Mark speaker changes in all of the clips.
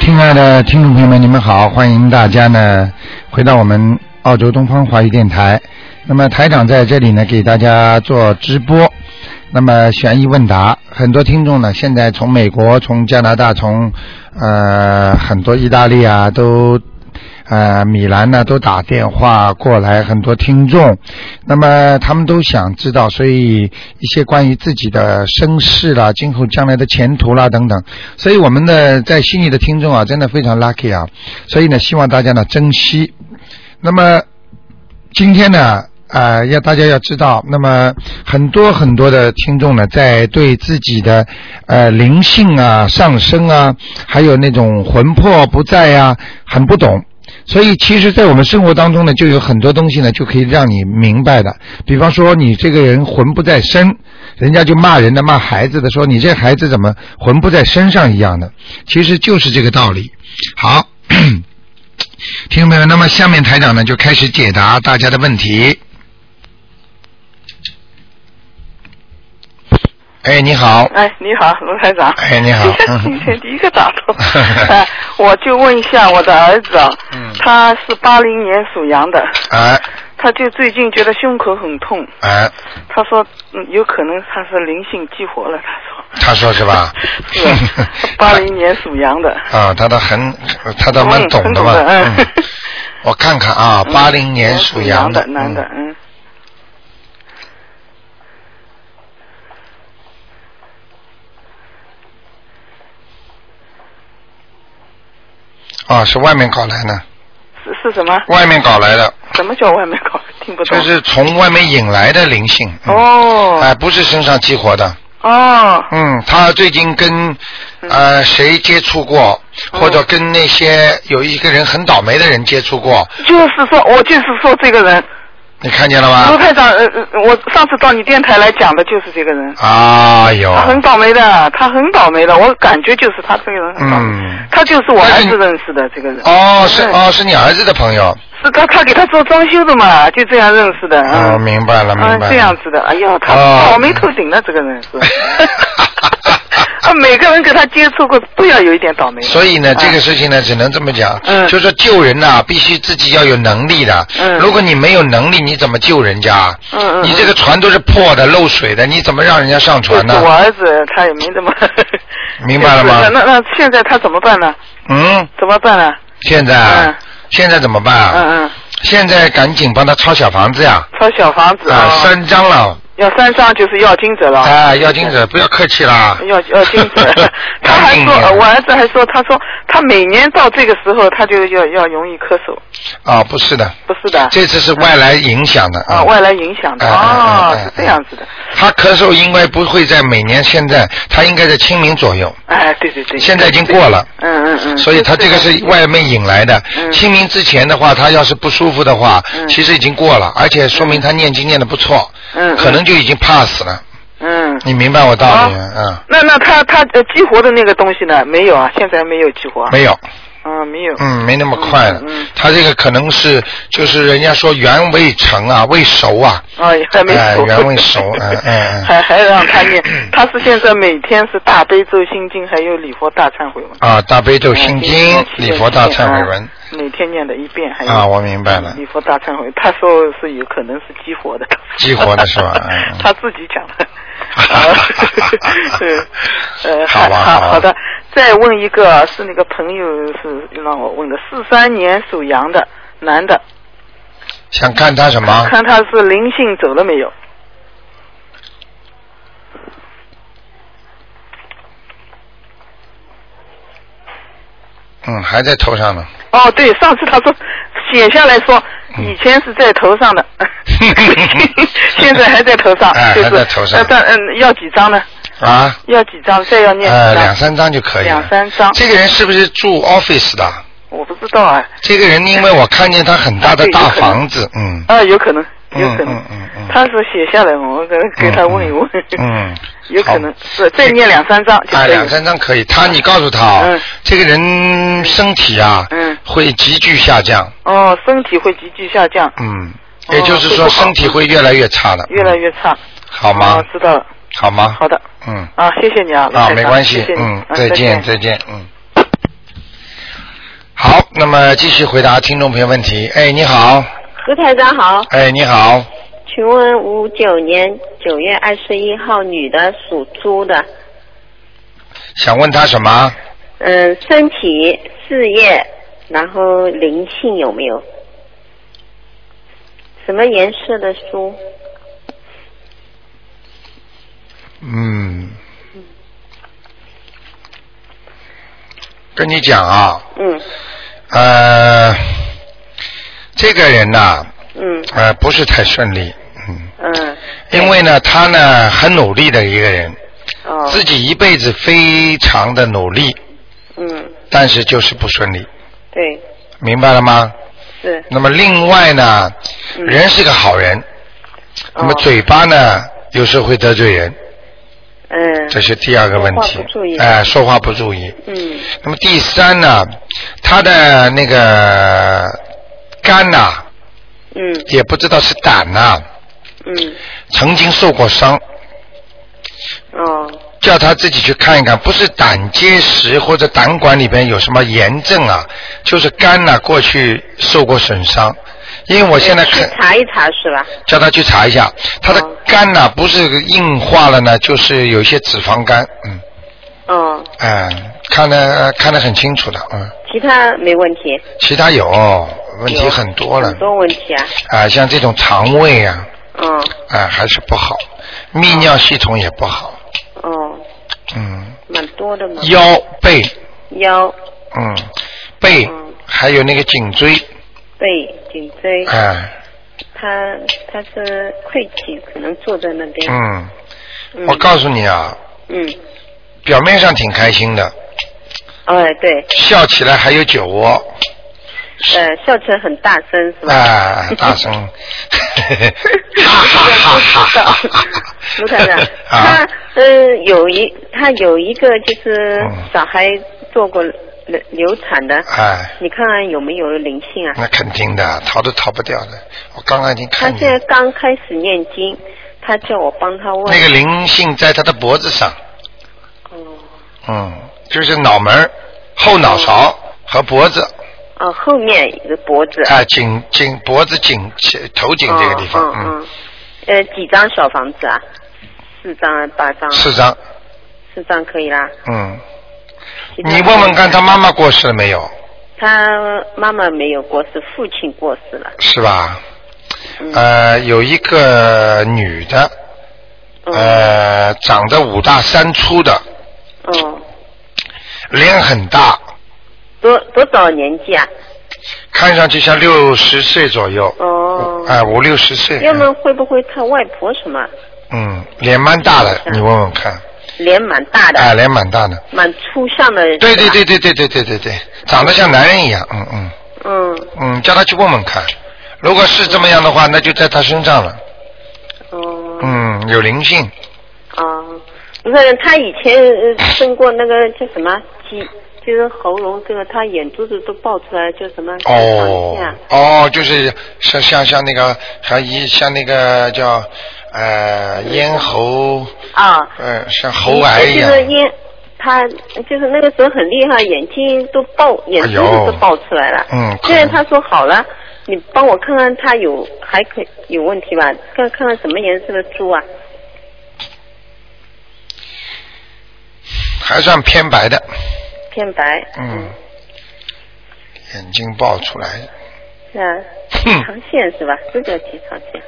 Speaker 1: 亲爱的听众朋友们，你们好，欢迎大家呢回到我们澳洲东方华语电台。那么台长在这里呢，给大家做直播，那么悬疑问答。很多听众呢，现在从美国、从加拿大、从呃很多意大利啊，都呃米兰呢都打电话过来，很多听众。那么他们都想知道，所以一些关于自己的身世啦、今后将来的前途啦等等，所以我们的在悉尼的听众啊，真的非常 lucky 啊，所以呢，希望大家呢珍惜。那么今天呢，呃，要大家要知道，那么很多很多的听众呢，在对自己的呃灵性啊、上升啊，还有那种魂魄不在啊，很不懂。所以，其实，在我们生活当中呢，就有很多东西呢，就可以让你明白的。比方说，你这个人魂不在身，人家就骂人的、骂孩子的，说你这孩子怎么魂不在身上一样的，其实就是这个道理。好， 听众朋友们，那么下面台长呢就开始解答大家的问题。哎，你好，
Speaker 2: 哎，你好，卢台长。
Speaker 1: 哎你好
Speaker 2: 今天第一个打 通。哎，我就问一下我的儿子啊，
Speaker 1: 嗯
Speaker 2: 他是八零年属羊的，
Speaker 1: 哎
Speaker 2: 他就最近觉得胸口很痛，
Speaker 1: 哎，
Speaker 2: 他说，嗯，有可能他是灵性激活了，他 说。
Speaker 1: 他说是吧？
Speaker 2: 是 八零年属羊的。
Speaker 1: 啊，他倒很，他倒蛮懂的嘛。
Speaker 2: 嗯很懂的嗯
Speaker 1: 我看看啊，八零年属
Speaker 2: 羊
Speaker 1: 的，
Speaker 2: 男的
Speaker 1: 嗯，
Speaker 2: 嗯。
Speaker 1: 啊，是外面搞来的，
Speaker 2: 是是什么？
Speaker 1: 外面搞来的，
Speaker 2: 什么叫外面搞？听不懂。
Speaker 1: 就是从外面引来的灵性。嗯、
Speaker 2: 哦
Speaker 1: 哎，不是身上激活的。
Speaker 2: 哦
Speaker 1: 嗯，他最近跟
Speaker 2: 嗯
Speaker 1: 呃谁接触
Speaker 2: 哦
Speaker 1: 过，或者跟那些有一个人很倒霉的人接触过，
Speaker 2: 就是说，我就是说这个人，
Speaker 1: 你看见了
Speaker 2: 卢
Speaker 1: 吗？
Speaker 2: 台长，呃，呃我上次到你电台来讲的就是这个人，
Speaker 1: 啊，有。
Speaker 2: 他很倒霉的，他很倒霉的，我感觉就是他这个人很倒霉，
Speaker 1: 嗯
Speaker 2: 他就是我
Speaker 1: 但
Speaker 2: 儿
Speaker 1: 是
Speaker 2: 子认识的这个人，
Speaker 1: 哦，是哦，是你儿子的朋友。
Speaker 2: 是他他给他做装修的嘛，就这样认识的，
Speaker 1: 哦，
Speaker 2: 嗯，
Speaker 1: 明白了，明白
Speaker 2: 嗯，
Speaker 1: 了。
Speaker 2: 这样子的，哎呦，他
Speaker 1: 哦
Speaker 2: 倒霉透顶了，这个人 是，啊，每个人跟他接触过都要有一点倒霉的，
Speaker 1: 所以呢，
Speaker 2: 啊
Speaker 1: 这个事情呢，只能这么讲，
Speaker 2: 嗯
Speaker 1: 就说救人呐、必须自己要有能力的。
Speaker 2: 嗯
Speaker 1: 如果你没有能力，你怎么救人家？
Speaker 2: 嗯嗯
Speaker 1: 你这个船都是破的、漏水的，你怎么让人家上船
Speaker 2: 就是
Speaker 1: 呢
Speaker 2: 我？儿子他也没怎么，
Speaker 1: 啊明白了吗
Speaker 2: 就是那啊那那现在他怎么办呢？
Speaker 1: 嗯，
Speaker 2: 怎么办呢？
Speaker 1: 现在啊，
Speaker 2: 嗯
Speaker 1: 现在怎么办啊？
Speaker 2: 嗯嗯，
Speaker 1: 现在赶紧帮他抄小房子呀！
Speaker 2: 抄小房子
Speaker 1: 啊，三张了，
Speaker 2: 要三张就是要金者了。
Speaker 1: 啊，要金子，不要客气啦。，
Speaker 2: 哦嗯要要金子 他还
Speaker 1: 赶紧
Speaker 2: 说，
Speaker 1: 点
Speaker 2: 呃我儿子还说，他说他每年到这个时候，他就要要容易咳嗽，
Speaker 1: 啊，不是的，
Speaker 2: 不是的，
Speaker 1: 这次是外来影响的
Speaker 2: 啊外来影响
Speaker 1: 嗯
Speaker 2: 的，
Speaker 1: 嗯
Speaker 2: 哦
Speaker 1: 嗯嗯，
Speaker 2: 是这样子的，
Speaker 1: 他咳嗽应该不会在每年现在，他应该在清明左右。
Speaker 2: 哎，对对对，
Speaker 1: 现在已经过了
Speaker 2: 嗯嗯嗯，
Speaker 1: 所以他这个是外面引来的。
Speaker 2: 嗯
Speaker 1: 清明之前的话，他要是不舒服的话，
Speaker 2: 嗯
Speaker 1: 其实已经过了，而且说明他念经念的不错，
Speaker 2: 嗯，嗯
Speaker 1: 可能就已经 pass 了。
Speaker 2: 嗯，
Speaker 1: 你嗯明白我道理？
Speaker 2: 啊那那他他呃激活的那个东西呢？没有啊，现在没有激活
Speaker 1: 嗯，
Speaker 2: 啊，
Speaker 1: 没有，
Speaker 2: 嗯，没有，
Speaker 1: 嗯，没那么快了
Speaker 2: 嗯嗯嗯。
Speaker 1: 他这个可能是就是人家说缘未成啊，未熟啊。
Speaker 2: 啊，还没
Speaker 1: 哎
Speaker 2: 熟，
Speaker 1: 原味熟嗯嗯嗯
Speaker 2: 还还让他念，他是现在每天是大悲咒心经，还有礼佛大忏悔文。
Speaker 1: 啊，大悲咒心经
Speaker 2: 嗯、
Speaker 1: 礼佛大忏悔文，，
Speaker 2: 嗯每天念的一遍，还有
Speaker 1: 啊我明白了
Speaker 2: 礼佛大忏悔，他说是有可能是激活的，
Speaker 1: 激活的是 吧嗯
Speaker 2: 他自己讲 的。啊对呃，
Speaker 1: 好吧好
Speaker 2: 好
Speaker 1: 吧
Speaker 2: 好的，再问一个，是那个朋友是让我问的，四三年属羊的男的，
Speaker 1: 想看他什么？
Speaker 2: 看他是灵性走了没有？
Speaker 1: 嗯，还在头上呢。，
Speaker 2: 哦，对，上次他说写下来说，以前是在头上的现在还在头上
Speaker 1: 哎，
Speaker 2: 就是
Speaker 1: 还在头上
Speaker 2: 呃但嗯，要几张呢？
Speaker 1: 啊，
Speaker 2: 要几张？再要念
Speaker 1: 呃，
Speaker 2: 几张
Speaker 1: 两？三张就可以了。
Speaker 2: 两三张
Speaker 1: 这个人是不是住 office 的？
Speaker 2: 我不知道啊，
Speaker 1: 这个人因为我看见他很大的
Speaker 2: 对有
Speaker 1: 大
Speaker 2: 可能
Speaker 1: 房 子，嗯，
Speaker 2: 啊，有可能，有可
Speaker 1: 嗯
Speaker 2: 能
Speaker 1: 嗯嗯嗯，
Speaker 2: 他是写下来，我给给他问一问，
Speaker 1: 嗯，
Speaker 2: 有可能是再念两三张就
Speaker 1: 啊，
Speaker 2: 可以
Speaker 1: 两
Speaker 2: 了。
Speaker 1: 三张可以。他，你告诉他啊、
Speaker 2: 嗯
Speaker 1: 这个人身体啊，
Speaker 2: 嗯
Speaker 1: 会急剧下降，
Speaker 2: 哦，身体会急剧下降，
Speaker 1: 嗯，
Speaker 2: 哦
Speaker 1: 也就是
Speaker 2: 会不
Speaker 1: 说
Speaker 2: 好
Speaker 1: 身体会越来越差的，
Speaker 2: 越来越差。
Speaker 1: 嗯好吗
Speaker 2: 哦？知道了，
Speaker 1: 好吗？
Speaker 2: 好的，
Speaker 1: 嗯，
Speaker 2: 啊，谢谢你啊，卢
Speaker 1: 啊，
Speaker 2: 台
Speaker 1: 没
Speaker 2: 长
Speaker 1: 关系
Speaker 2: 谢谢，你
Speaker 1: 嗯
Speaker 2: 啊，
Speaker 1: 再
Speaker 2: 再
Speaker 1: 见，再见，嗯。那么继续回答听众朋友问题。哎，你好，
Speaker 3: 卢台长好，
Speaker 1: 哎，你好，
Speaker 3: 请问五九年九月二十一号女的属猪的，
Speaker 1: 想问他什么？
Speaker 3: 嗯，身体、事业，然后灵性有没有？什么颜色的书？
Speaker 1: 嗯，跟你讲啊，
Speaker 3: 嗯
Speaker 1: 呃，这个人呐、
Speaker 3: 嗯
Speaker 1: 呃，不是太顺利，嗯，
Speaker 3: 嗯，
Speaker 1: 因为呢，他呢很努力的一个人，
Speaker 3: 哦，
Speaker 1: 自己一辈子非常的努力，
Speaker 3: 嗯，
Speaker 1: 但是就是不顺利，
Speaker 3: 对，
Speaker 1: 明白了吗？
Speaker 3: 是，
Speaker 1: 那么另外呢，
Speaker 3: 嗯
Speaker 1: 人是个好人，那么
Speaker 3: 哦
Speaker 1: 嘴巴呢有时候会得罪人，
Speaker 3: 嗯
Speaker 1: 这是第二个问
Speaker 3: 说
Speaker 1: 题
Speaker 3: 话不注意，
Speaker 1: 哎，说话不注意。
Speaker 3: 嗯
Speaker 1: 那么第三呢，他的那个肝呐、
Speaker 3: 嗯
Speaker 1: 也不知道是胆呐、
Speaker 3: 嗯，
Speaker 1: 曾经受过伤，
Speaker 3: 哦
Speaker 1: 叫他自己去看一看，不是胆结石或者胆管里边有什么炎症啊，就是肝呐、过去受过损伤。因为我现在
Speaker 3: 嗯去
Speaker 1: 看，
Speaker 3: 查一查是吧？
Speaker 1: 叫他去查一下，他的
Speaker 3: 哦
Speaker 1: 肝呐、不是硬化了呢，就是有一些脂肪肝，嗯，
Speaker 3: 哦，
Speaker 1: 哎、看得看得很清楚的，嗯，
Speaker 3: 其他没问题，
Speaker 1: 其他有问题
Speaker 3: 有
Speaker 1: 很多了，
Speaker 3: 很多问题啊，
Speaker 1: 啊，像这种肠胃啊，
Speaker 3: 嗯
Speaker 1: 啊还是不好，泌尿系统也不好，
Speaker 3: 哦，
Speaker 1: 嗯，
Speaker 3: 蛮多的嘛，
Speaker 1: 腰背，
Speaker 3: 腰
Speaker 1: 嗯，背
Speaker 3: 嗯
Speaker 1: 还有那个颈椎，
Speaker 3: 背颈椎，
Speaker 1: 啊，
Speaker 3: 他他是溃体，可能坐在那边。
Speaker 1: 嗯，
Speaker 3: 嗯
Speaker 1: 我告诉你啊，
Speaker 3: 嗯，
Speaker 1: 表面上挺开心的，
Speaker 3: 哎对，
Speaker 1: 笑起来还有酒窝，
Speaker 3: 呃，笑起来很大声是吧？
Speaker 1: 啊，大声，哈哈 哈哈哈！
Speaker 3: 卢太太，
Speaker 1: 啊
Speaker 3: 他，呃有一他有一个就是
Speaker 1: 嗯
Speaker 3: 小孩做过流流产的，
Speaker 1: 哎，嗯
Speaker 3: 你看看有没有灵性啊？
Speaker 1: 那肯定的，逃都逃不掉的。我刚刚已经
Speaker 3: 他
Speaker 1: 看
Speaker 3: 现
Speaker 1: 见
Speaker 3: 在刚开始念经，他叫我帮他问。
Speaker 1: 那个灵性在他的脖子上，
Speaker 3: 哦
Speaker 1: 嗯，就是脑门儿、后脑勺
Speaker 3: 嗯
Speaker 1: 和脖子，
Speaker 3: 哦，后面一个脖子。
Speaker 1: 啊，颈颈脖子颈头颈这个地方
Speaker 3: 哦，嗯
Speaker 1: 嗯，
Speaker 3: 嗯。呃，几张小房子啊？四张啊，八张啊？
Speaker 1: 四张，
Speaker 3: 四张可以啦。
Speaker 1: 嗯，
Speaker 3: 其他
Speaker 1: 你问问看他妈妈过世了没有，
Speaker 3: 他妈妈没有过世，父亲过世了。
Speaker 1: 是吧？
Speaker 3: 嗯，
Speaker 1: 呃，有一个女的，
Speaker 3: 嗯
Speaker 1: 呃，长得五大三粗的，
Speaker 3: 哦，
Speaker 1: 脸很大，
Speaker 3: 多多少年纪啊？
Speaker 1: 看上去像六十岁左右，
Speaker 3: 哦，
Speaker 1: 哎、五六十岁，
Speaker 3: 要么会不会他外婆什么
Speaker 1: 嗯，脸蛮大的，
Speaker 3: 嗯
Speaker 1: 你问问看，
Speaker 3: 脸蛮大的，
Speaker 1: 哎、脸蛮大的，
Speaker 3: 蛮粗相的。啊
Speaker 1: 对对
Speaker 3: 是吧。
Speaker 1: 对对对对对对对，长得像男人一样，嗯嗯
Speaker 3: 嗯，
Speaker 1: 嗯，叫他去问问看，如果是这么样的话，那就在他身上了，
Speaker 3: 哦，
Speaker 1: 嗯，有灵性，
Speaker 3: 哦，不是他以前呃生过那个叫什么鸡，就是喉咙这个，他眼珠子都爆出来，叫什么？
Speaker 1: 哦
Speaker 3: 肠腺啊
Speaker 1: 哦，就是像像像那个像一像那个叫呃咽喉，
Speaker 3: 啊，
Speaker 1: 呃像喉癌一样
Speaker 3: 嗯就，是因他就是那个时候很厉害，眼睛都爆，眼珠子都爆出来了。
Speaker 1: 哎嗯可能
Speaker 3: 虽然他说好了，你帮我看看他有还可以有问题吧？看看看什么颜色的猪啊？
Speaker 1: 还算偏白的，
Speaker 3: 偏白。
Speaker 1: 嗯，眼睛爆出来的，
Speaker 3: 是啊，
Speaker 1: 哼，
Speaker 3: 肠腺是吧？这叫结肠腺。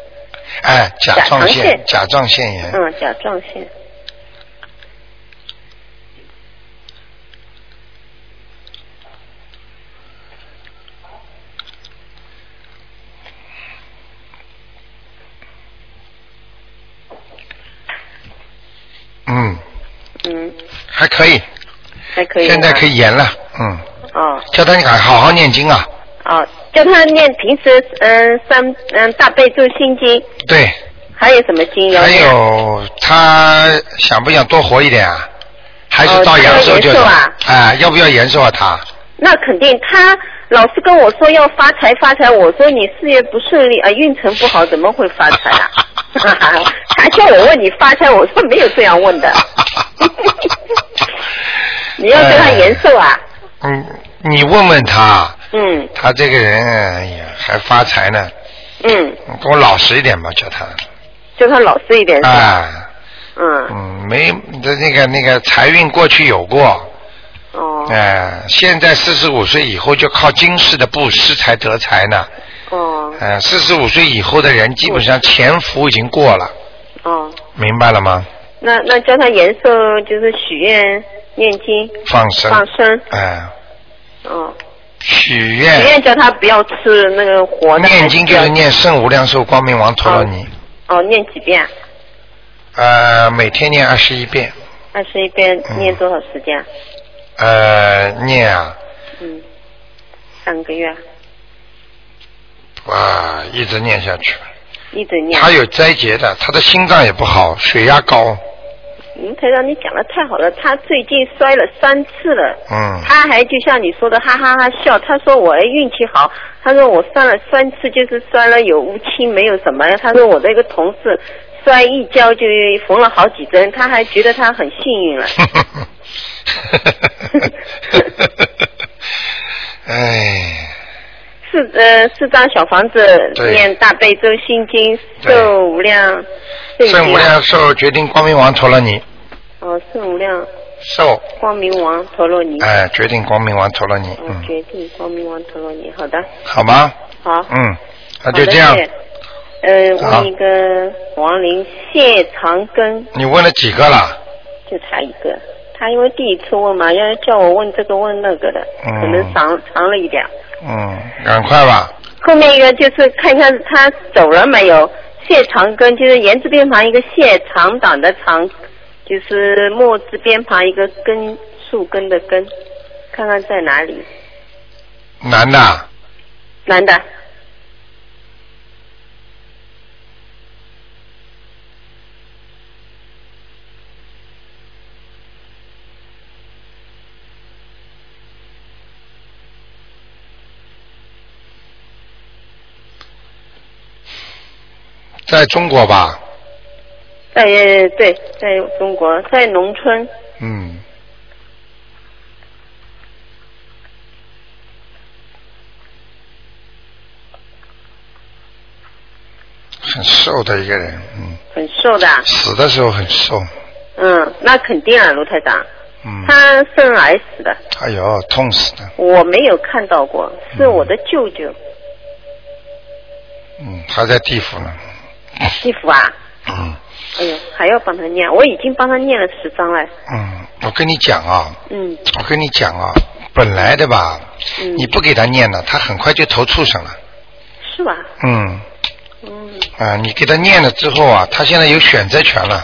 Speaker 1: 哎，甲
Speaker 3: 甲
Speaker 1: 状
Speaker 3: 状
Speaker 1: 腺
Speaker 3: 腺
Speaker 1: 甲状腺炎，
Speaker 3: 嗯，甲状腺。
Speaker 1: 嗯，
Speaker 3: 嗯，
Speaker 1: 还可以，
Speaker 3: 还可以。啊
Speaker 1: 现在可。以延了，嗯，
Speaker 3: 哦
Speaker 1: 叫他赶好好念经啊，
Speaker 3: 哦，叫他念平时嗯三嗯大悲咒心经，
Speaker 1: 对，
Speaker 3: 还有什么经要
Speaker 1: 还
Speaker 3: 念？
Speaker 1: 有他想不想多活一点啊？还是
Speaker 3: 哦
Speaker 1: 到
Speaker 3: 他要
Speaker 1: 阳寿
Speaker 3: 延
Speaker 1: 就
Speaker 3: 寿
Speaker 1: 能
Speaker 3: 啊
Speaker 1: 哎，要不要延寿啊？他？
Speaker 3: 那肯定，他老是跟我说要发财发财，我说你事业不顺利啊，运程不好，怎么会发财啊？ 他叫我问你发财，我说没有这 样问的。你要叫他延寿啊？
Speaker 1: 呃嗯，你问问他，
Speaker 3: 嗯
Speaker 1: 他这个人，哎呀，还发财呢，
Speaker 3: 嗯，
Speaker 1: 你给我老实一点吧，叫他。
Speaker 3: 叫他老实一点是吧？
Speaker 1: 啊，
Speaker 3: 嗯，
Speaker 1: 嗯，没的那个那个财运过去有过，
Speaker 3: 哦
Speaker 1: 哎、现在四十五岁以后就靠今世的布施才得财呢。
Speaker 3: 哦
Speaker 1: 呃，四十五岁以后的人基本上潜伏已经过了，
Speaker 3: 哦，
Speaker 1: 明白了吗？
Speaker 3: 那那叫他延寿就是许愿、念经、
Speaker 1: 放生，
Speaker 3: 放生，
Speaker 1: 哎、
Speaker 3: 嗯，
Speaker 1: 许
Speaker 3: 许
Speaker 1: 愿，
Speaker 3: 愿叫他不要吃那个活的。
Speaker 1: 哎念经就
Speaker 3: 还
Speaker 1: 是
Speaker 3: 不要
Speaker 1: 念圣无量寿光明王陀罗尼，
Speaker 3: 哦，念几遍啊？
Speaker 1: 呃，每天念二十一遍，
Speaker 3: 二十一遍
Speaker 1: 嗯
Speaker 3: 念多少时间啊？
Speaker 1: 呃，念啊，
Speaker 3: 嗯，三个月啊
Speaker 1: 啊，一直念下去。
Speaker 3: 一直念。
Speaker 1: 他有灾劫的，他的心脏也不好，血压高，
Speaker 3: 卢台嗯长，你讲的太好了，他最近摔了三次了。
Speaker 1: 嗯，
Speaker 3: 他还就像你说的哈哈哈笑，他说我运气好，他说我摔了三次，就是摔了有乌青，没有什么。他说我的一个同事摔一跤就缝了好几针，他还觉得他很幸运了。
Speaker 1: 哎，
Speaker 3: 四呃四张小房子
Speaker 1: 对
Speaker 3: 念大悲咒心经，
Speaker 1: 对
Speaker 3: 受无量，圣
Speaker 1: 圣无
Speaker 3: 经啊
Speaker 1: 量寿决定光明王陀罗尼，
Speaker 3: 哦，圣无量
Speaker 1: 寿，
Speaker 3: 光明王陀罗尼。
Speaker 1: 哎，决定光明王陀罗尼，
Speaker 3: 嗯，
Speaker 1: 嗯，
Speaker 3: 决定光明王陀罗尼，好的，
Speaker 1: 好吗？
Speaker 3: 好。
Speaker 1: 嗯，那
Speaker 3: 好
Speaker 1: 就
Speaker 3: 的，
Speaker 1: 这样
Speaker 3: 谢。谢。呃，
Speaker 1: 好
Speaker 3: 问一个王林谢长庚，
Speaker 1: 你问了几个了？
Speaker 3: 就他一个。他因为第一次问嘛，要叫我问这个问那个的，
Speaker 1: 嗯
Speaker 3: 可能长长了一点。
Speaker 1: 嗯，赶快吧。
Speaker 3: 后面一个就是看一下他走了没有。谢长庚就是言字边旁一个谢长短的长，就是木字边旁一个根树根的根，看看在哪里。
Speaker 1: 男的啊，
Speaker 3: 男的，
Speaker 1: 在中国吧？
Speaker 3: 在呃对，在中国，在农村。
Speaker 1: 嗯。很瘦的一个人，嗯，
Speaker 3: 很瘦的啊，
Speaker 1: 死的时候很瘦，
Speaker 3: 嗯，那肯定啊，卢台长，
Speaker 1: 嗯，
Speaker 3: 他肾癌死的，
Speaker 1: 哎呦，痛死的，
Speaker 3: 我没有看到过，是我的舅舅，
Speaker 1: 嗯，还在地府呢，
Speaker 3: 地府啊，
Speaker 1: 嗯
Speaker 3: 哎呦，还要帮他念，我已经帮他念了十张了，
Speaker 1: 嗯，我跟你讲啊，
Speaker 3: 嗯
Speaker 1: 我跟你讲啊，本来的吧，
Speaker 3: 嗯，
Speaker 1: 你不给他念了，他很快就投畜生了，
Speaker 3: 是吧？
Speaker 1: 嗯，
Speaker 3: 嗯，
Speaker 1: 啊，你给他念了之后啊，他现在有选择权了，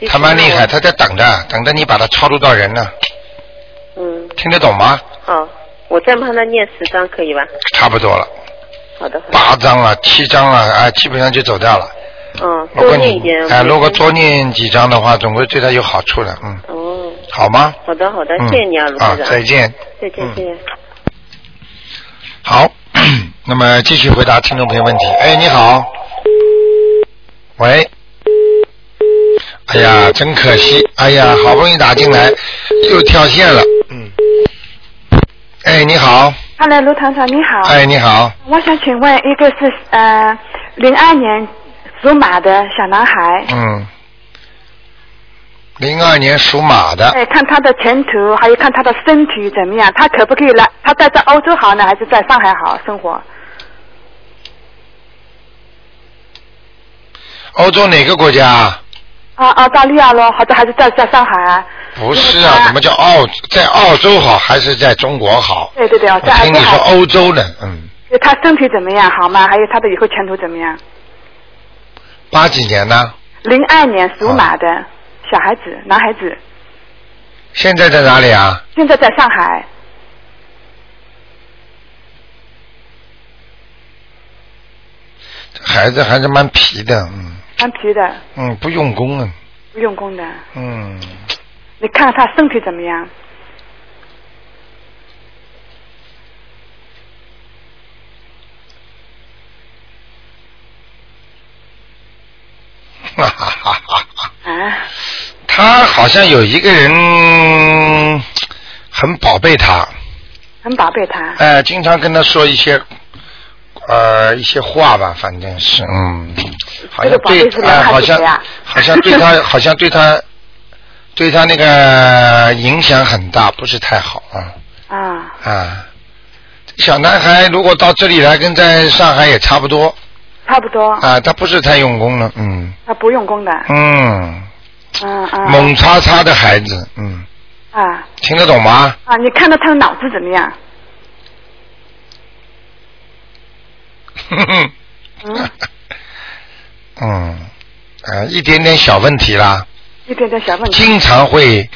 Speaker 3: 就是
Speaker 1: 他蛮厉害，
Speaker 3: 我，
Speaker 1: 他在等着，等着你把他超度到人呢，
Speaker 3: 嗯，
Speaker 1: 听得懂吗？
Speaker 3: 好，我再帮他念十张可以吧？
Speaker 1: 差不多了，
Speaker 3: 好的，好的，
Speaker 1: 八张了，七张了，啊，基本上就走掉了。
Speaker 3: 嗯，
Speaker 1: 如
Speaker 3: 多
Speaker 1: 果
Speaker 3: 念一
Speaker 1: 你
Speaker 3: 点，
Speaker 1: 哎，
Speaker 3: 我
Speaker 1: 如果
Speaker 3: 就
Speaker 1: 多念几张的话，总归对他有好处的，嗯，
Speaker 3: 哦，
Speaker 1: 好吗？
Speaker 3: 好的好的，
Speaker 1: 嗯
Speaker 3: 谢谢你啊，卢
Speaker 1: 啊
Speaker 3: 台，长，
Speaker 1: 再见。
Speaker 3: 再见
Speaker 1: 嗯
Speaker 3: 谢谢。
Speaker 1: 好， 那么继续回答听众朋友问题。哎，你好，喂，哎呀，真可惜，哎呀，好不容易打进来，又跳线了，嗯，哎，你好，
Speaker 4: Hello，卢厂长你好，
Speaker 1: 哎，你好，
Speaker 4: 我想请问，一个是呃零二年属马的小男孩，
Speaker 1: 嗯，零二年属马的，
Speaker 4: 哎，看他的前途，还有看他的身体怎么样，他可不可以来？他待在欧洲好呢，还是在上海好生活？
Speaker 1: 欧洲哪个国家啊？
Speaker 4: 啊，澳大利亚咯，或者还是在在上海啊？
Speaker 1: 不是啊，怎么叫澳？在澳洲好还是在中国好？
Speaker 4: 对对对，哦
Speaker 1: 我
Speaker 4: 在
Speaker 1: 听你
Speaker 4: 上
Speaker 1: 说
Speaker 4: 海。
Speaker 1: 欧哦洲的，嗯，
Speaker 4: 他身体怎么样好吗？还有他的以后前途怎么样？
Speaker 1: 八几年呢？
Speaker 4: 零二年属马的、小孩子，男孩子，
Speaker 1: 现在在哪里啊？
Speaker 4: 现在在上海。
Speaker 1: 孩子还是蛮皮的，嗯
Speaker 4: 蛮皮的，
Speaker 1: 嗯，不用功啊，
Speaker 4: 不用功的。
Speaker 1: 嗯，
Speaker 4: 你看他身体怎么样？
Speaker 1: 哈哈哈哈哈。
Speaker 4: 啊？
Speaker 1: 他好像有一个人很宝贝他，
Speaker 4: 很宝贝他。
Speaker 1: 哎、经常跟他说一些呃一些话吧，反正是嗯，好
Speaker 4: 这
Speaker 1: 像
Speaker 4: 个宝贝
Speaker 1: 对
Speaker 4: 是
Speaker 1: 哎、
Speaker 4: 男
Speaker 1: 好
Speaker 4: 孩子
Speaker 1: 像
Speaker 4: 的呀
Speaker 1: 好像对 他好像对他对他那个影响很大，不是太好啊
Speaker 4: 啊，
Speaker 1: 啊。小男孩如果到这里来，跟在上海也差不多
Speaker 4: 差不多，
Speaker 1: 啊，他不是太用功了，嗯
Speaker 4: 他不用功的。
Speaker 1: 嗯，
Speaker 4: 嗯嗯。
Speaker 1: 猛叉叉的孩子，嗯，
Speaker 4: 啊
Speaker 1: 听得懂吗？
Speaker 4: 啊！你看到他的脑子怎么样？
Speaker 1: 哼哼啊
Speaker 4: 嗯，
Speaker 1: 嗯，啊，一点点小问题啦，
Speaker 4: 一点点小问题，
Speaker 1: 经常会，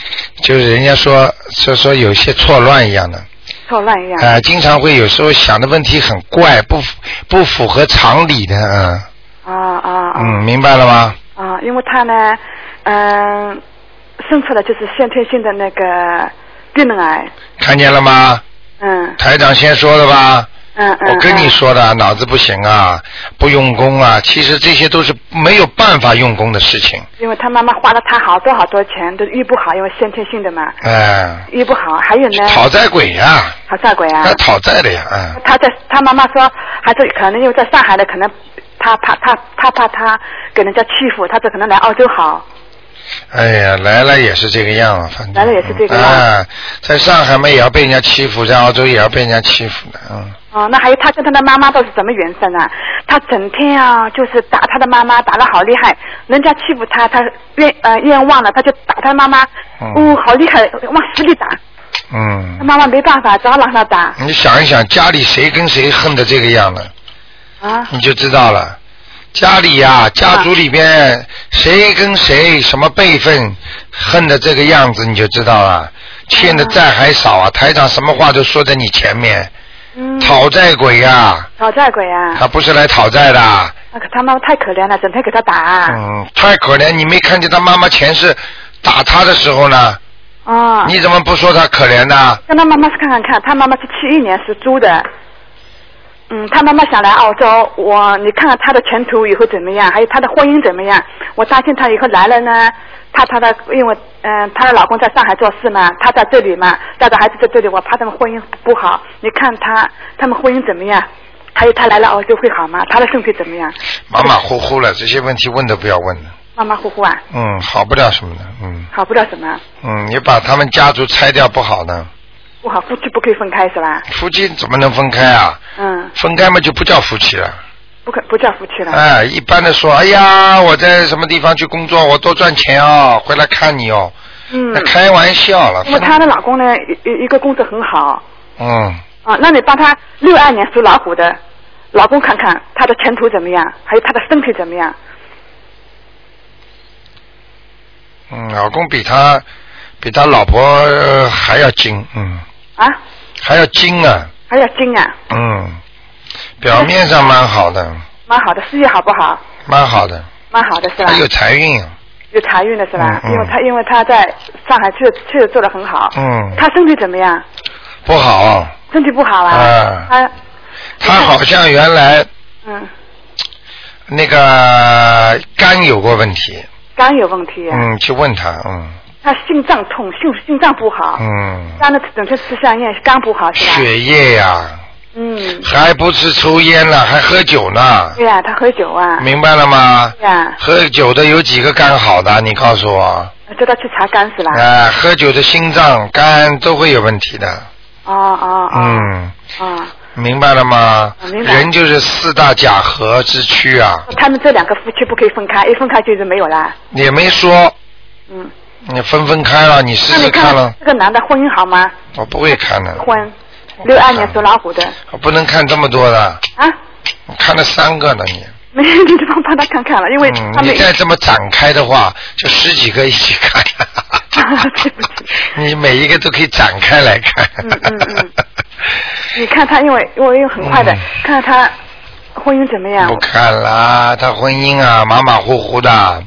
Speaker 1: 就是人家说说说有些错乱一样的，
Speaker 4: 错乱一样。
Speaker 1: 啊、经常会有时候想的问题很怪，不符不符合常理的，嗯
Speaker 4: 啊啊啊！
Speaker 1: 嗯，明白了吗？
Speaker 4: 啊，因为他呢，嗯、生出来就是先天性的那个病人癌，
Speaker 1: 看见了吗？
Speaker 4: 嗯
Speaker 1: 台长先说的吧，
Speaker 4: 嗯嗯。
Speaker 1: 我跟你
Speaker 4: 嗯，
Speaker 1: 说的，脑子不行啊，不用功啊，其实这些都是没有办法用功的事情，
Speaker 4: 因为他妈妈花了他好多好多钱，都医不好，因为先天性的嘛，
Speaker 1: 哎、
Speaker 4: 医不好。还有呢，
Speaker 1: 讨债鬼呀、
Speaker 4: 讨债鬼啊
Speaker 1: 那，讨债的呀，嗯。
Speaker 4: 他在他妈妈说，还是可能因为在上海的，可能他怕他他怕他给人家欺负，他这可能来澳洲好，
Speaker 1: 哎呀，来了也是这个样啊，反正
Speaker 4: 来了也是这个样
Speaker 1: 啊，在上海嘛也要被人家欺负，在澳洲也要被人家欺负的，嗯，
Speaker 4: 哦，那还有他跟他的妈妈都是怎么缘分啊？他整天啊，就是打他的妈妈，打得好厉害，人家欺负他，他冤呃冤枉了，他就打他妈妈，
Speaker 1: 嗯
Speaker 4: 哦，好厉害，往死里打，他
Speaker 1: 嗯，
Speaker 4: 妈妈没办法，只好让他打
Speaker 1: 你想一想，家里谁跟谁恨的这个样了，
Speaker 4: 啊
Speaker 1: 你就知道了。家里呀、家族里边谁跟谁什么辈分，恨的这个样子，你就知道了。欠的债还少啊，台长什么话都说在你前面，
Speaker 4: 嗯，
Speaker 1: 讨债鬼呀、
Speaker 4: 讨债鬼啊，
Speaker 1: 他不是来讨债的啊。
Speaker 4: 那个他妈妈太可怜了，整天给他打啊，
Speaker 1: 嗯，太可怜！你没看见他妈妈前世打他的时候呢？
Speaker 4: 哦，
Speaker 1: 你怎么不说他可怜呢？
Speaker 4: 跟他妈妈去看看看，他妈妈是七一年属猪的。嗯，他妈妈想来澳洲，我你看看他的前途以后怎么样，还有他的婚姻怎么样？我担心他以后来了呢，怕他的，因为嗯、她的老公在上海做事嘛，她在这里嘛，带着孩子在这里，我怕他们婚姻不好。你看他他们婚姻怎么样？还有他来了澳洲会好吗？他的身体怎么样？
Speaker 1: 马马虎虎了，这些问题问都不要问了。
Speaker 4: 马马虎虎啊，
Speaker 1: 嗯，好不了什么的。嗯
Speaker 4: 好不了什么，
Speaker 1: 嗯，你把他们家族拆掉不好呢？
Speaker 4: 不好夫妻不可以分开是吧？
Speaker 1: 夫妻怎么能分开啊？
Speaker 4: 嗯，
Speaker 1: 分开嘛就不叫夫妻了。
Speaker 4: 不可不叫夫妻了。
Speaker 1: 哎，一般的说，哎呀，我在什么地方去工作，我多赚钱哦，回来看你哦。
Speaker 4: 嗯
Speaker 1: 那，开玩笑了。
Speaker 4: 因为
Speaker 1: 分
Speaker 4: 她的老公呢，一一一个工作很好。
Speaker 1: 嗯，
Speaker 4: 啊，那你帮他六二年属老虎的老公看看他的前途怎么样，还有他的身体怎么样？
Speaker 1: 嗯，老公比他比他老婆、呃还要精，嗯，
Speaker 4: 啊，
Speaker 1: 还要精啊。
Speaker 4: 还要精啊，
Speaker 1: 嗯，表面上蛮好的，
Speaker 4: 蛮好的，事业好不好？
Speaker 1: 蛮好的，
Speaker 4: 蛮好的是吧
Speaker 1: 他？有财运，
Speaker 4: 有财运的是吧？
Speaker 1: 哎嗯嗯
Speaker 4: 因为他因为他在上海确确实做得很好。
Speaker 1: 嗯，
Speaker 4: 他身体怎么样？
Speaker 1: 不好。
Speaker 4: 身体不好啊。
Speaker 1: 啊
Speaker 4: 他
Speaker 1: 他好像原来
Speaker 4: 嗯，
Speaker 1: 那个肝有过问题，
Speaker 4: 肝有问题、啊，
Speaker 1: 嗯，去问他，嗯
Speaker 4: 他心脏痛，心心脏不好，
Speaker 1: 嗯，
Speaker 4: 肝呢整天吃香烟，肝不好是啊吧？
Speaker 1: 血液呀、
Speaker 4: 嗯，
Speaker 1: 还不是抽烟了，还喝酒呢，
Speaker 4: 对呀、他喝酒啊，
Speaker 1: 明白了吗？
Speaker 4: 对呀、
Speaker 1: 喝酒的有几个肝好的？你告诉我，
Speaker 4: 叫他去查肝是吧？
Speaker 1: 哎，喝酒的心脏、肝都会有问题的，
Speaker 4: 哦哦哦
Speaker 1: 嗯。
Speaker 4: 哦。
Speaker 1: 明白了吗？
Speaker 4: 我啊明白
Speaker 1: 人就是四大假合之躯啊，
Speaker 4: 他们这两个夫妻不可以分开，一分开就是没有啦。
Speaker 1: 也没说
Speaker 4: 嗯，
Speaker 1: 你分分开了，你试
Speaker 4: 那
Speaker 1: 试
Speaker 4: 你
Speaker 1: 看
Speaker 4: 看
Speaker 1: 了，嗯
Speaker 4: 这个男的婚姻好吗？
Speaker 1: 我不会看的，
Speaker 4: 婚，
Speaker 1: 我不
Speaker 4: 六
Speaker 1: 看
Speaker 4: 二年属老虎的
Speaker 1: 我不能看这么多的，
Speaker 4: 啊，
Speaker 1: 我看了三个呢你，
Speaker 4: 没有，你就帮帮他看看了，因为
Speaker 1: 嗯
Speaker 4: 他，
Speaker 1: 你
Speaker 4: 们、
Speaker 1: 再这么展开的话，就十几个一起 看，
Speaker 4: 对不起
Speaker 1: 你每一个都可以展开来看，
Speaker 4: 嗯嗯 嗯你看他，因为因为因为很快的，
Speaker 1: 嗯
Speaker 4: 看看他婚姻怎么样
Speaker 1: 不，看啦，她婚姻啊马马虎虎的，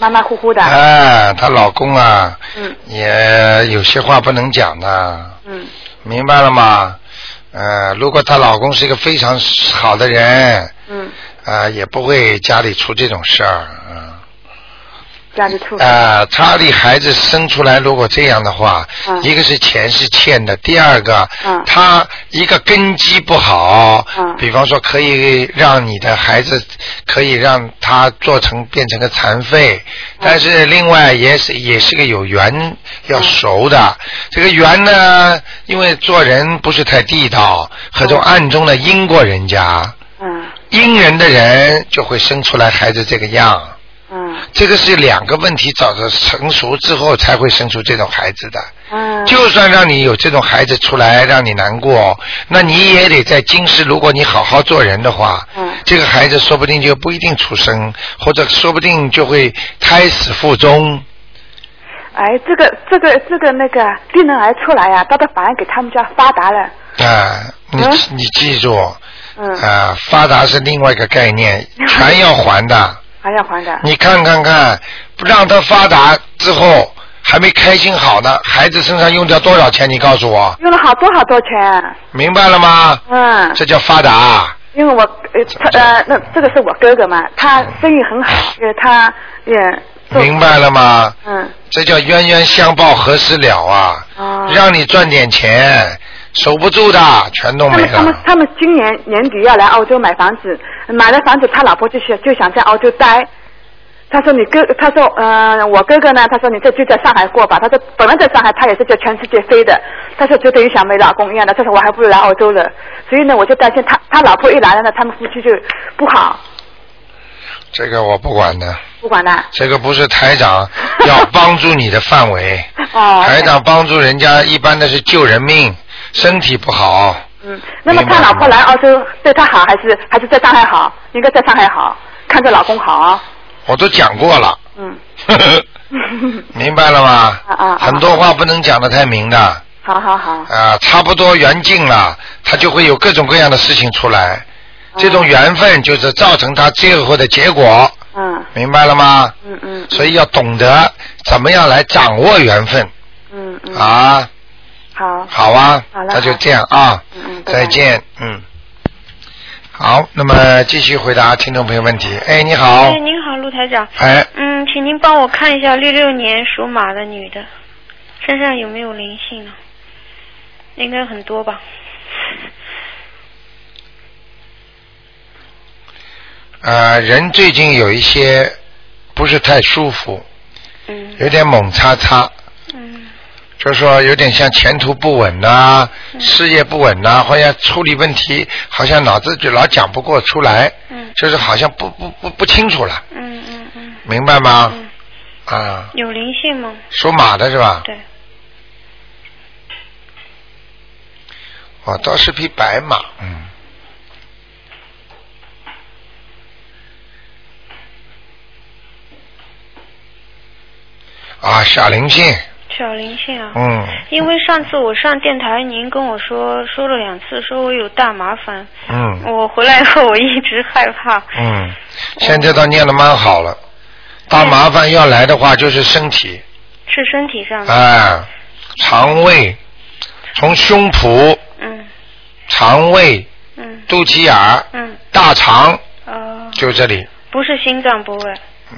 Speaker 4: 马马虎虎的，
Speaker 1: 哎，她老公啊
Speaker 4: 啊嗯
Speaker 1: 也有些话不能讲的。
Speaker 4: 嗯
Speaker 1: 明白了吗？呃，如果她老公是一个非常好的人，
Speaker 4: 嗯，
Speaker 1: 啊、也不会家里出这种事儿，嗯、
Speaker 4: 家里处。
Speaker 1: 啊，他的孩子生出来如果这样的话，
Speaker 4: 嗯
Speaker 1: 一个是钱是欠的，第二个，
Speaker 4: 嗯
Speaker 1: 他一个根基不好，
Speaker 4: 嗯
Speaker 1: 比方说可以让你的孩子可以让他做成变成个残废，
Speaker 4: 嗯
Speaker 1: 但是另外也是也是个有缘要熟的，这个缘呢，因为做人不是太地道，很多暗中的阴过人家，
Speaker 4: 嗯
Speaker 1: 阴人的人就会生出来孩子这个样。
Speaker 4: 嗯
Speaker 1: 这个是两个问题找到成熟之后才会生出这种孩子的。
Speaker 4: 嗯。
Speaker 1: 就算让你有这种孩子出来让你难过，那你也得在今世，如果你好好做人的话，
Speaker 4: 嗯
Speaker 1: 这个孩子说不定就不一定出生，或者说不定就会胎死腹中。
Speaker 4: 哎，这个这个这个那个病人癌出来呀、啊到到法院给他们家发达了。
Speaker 1: 啊、你、
Speaker 4: 嗯
Speaker 1: 你记住，啊、
Speaker 4: 嗯，
Speaker 1: 发达是另外一个概念，全要还的。
Speaker 4: 还要还的。
Speaker 1: 你看看看，不让他发达之后还没开心好呢，孩子身上用掉多少钱？你告诉我，
Speaker 4: 用了好多好多钱，
Speaker 1: 明白了吗？
Speaker 4: 嗯，
Speaker 1: 这叫发达。
Speaker 4: 因为我呃他呃那这个是我哥哥嘛，他生意很好，呃他也做
Speaker 1: 明白了吗？
Speaker 4: 嗯
Speaker 1: 这叫冤冤相报何时了啊！
Speaker 4: 啊，
Speaker 1: 让你赚点钱，守不住的，全都
Speaker 4: 他
Speaker 1: 没
Speaker 4: 们他们
Speaker 1: 了。
Speaker 4: 他们今年年底要来澳洲买房子，买了房子，他老婆就想就想在澳洲待。他说你哥，他说呃，我哥哥呢，他说你这就在上海过吧。他说本来在上海，他也是在全世界飞的。他说就等于像没老公一样的。他说我还不如来澳洲了。所以呢，我就担心他他老婆一来了呢，他们夫妻就不好，
Speaker 1: 这个我不管的，
Speaker 4: 不管了。
Speaker 1: 这个不是台 长要帮助你的范围。
Speaker 4: 哦，
Speaker 1: 台长帮助人家一般的是救人命，身体不好。
Speaker 4: 嗯，那么他老婆来澳洲对他好还是还是在上海好？应该在上海好，看着老公好啊。
Speaker 1: 我都讲过了。
Speaker 4: 嗯，
Speaker 1: 明白了吗？
Speaker 4: 啊啊啊
Speaker 1: 很多话不能讲的太明的啊、
Speaker 4: 好好好。
Speaker 1: 差不多缘尽了，他就会有各种各样的事情出来。这
Speaker 4: 啊
Speaker 1: 种缘分就是造成他最后的结果，
Speaker 4: 嗯
Speaker 1: 明白了吗？
Speaker 4: 嗯嗯
Speaker 1: 所以要懂得怎么样来掌握缘分
Speaker 4: 嗯嗯，
Speaker 1: 啊，
Speaker 4: 好，
Speaker 1: 好啊
Speaker 4: 好，了
Speaker 1: 那就这样啊，
Speaker 4: 嗯嗯，拜拜
Speaker 1: 再。见，嗯。好，那么继续回答听众朋友问题。哎，你好
Speaker 5: 哎，，您好，陆台长。
Speaker 1: 哎，
Speaker 5: 嗯，请您帮我看一下六六年属马的女的身上有没有灵性呢？应该很多吧。
Speaker 1: 呃，人最近有一些不是太舒服，
Speaker 5: 嗯
Speaker 1: 有点猛擦擦，
Speaker 5: 嗯
Speaker 1: 就说有点像前途不稳呐、
Speaker 4: 嗯
Speaker 1: 事业不稳呐、好像处理问题好像脑子就老讲不过出来，
Speaker 5: 嗯
Speaker 1: 就是好像不不不不清楚了，
Speaker 5: 嗯嗯嗯
Speaker 1: 明白吗？
Speaker 5: 嗯，
Speaker 1: 啊，
Speaker 5: 有灵性吗？
Speaker 1: 属马的是吧？
Speaker 5: 对，
Speaker 1: 哦，倒是匹白马，嗯。啊，小灵性，
Speaker 5: 小灵性啊。
Speaker 1: 嗯
Speaker 5: 因为上次我上电台，您跟我说说了两次，说我有大麻烦。
Speaker 1: 嗯
Speaker 5: 我回来以后，我一直害怕。
Speaker 1: 嗯，现在倒念的蛮好了，大麻烦要来的话就是身体，
Speaker 5: 是身体上的。
Speaker 1: 啊，肠胃，从胸脯、
Speaker 5: 嗯
Speaker 1: 肠胃、
Speaker 5: 嗯
Speaker 1: 肚脐眼儿、
Speaker 5: 嗯
Speaker 1: 大肠，
Speaker 5: 呃，
Speaker 1: 就这里，
Speaker 5: 不是心脏部位。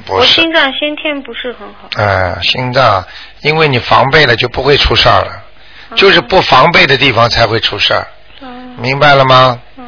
Speaker 1: 不
Speaker 5: 我
Speaker 1: 是，
Speaker 5: 心脏先天不是很好。
Speaker 1: 啊，心脏，因为你防备了就不会出事儿了，
Speaker 5: 哦
Speaker 1: 就是不防备的地方才会出事儿，
Speaker 5: 嗯
Speaker 1: 明白了吗？
Speaker 5: 嗯。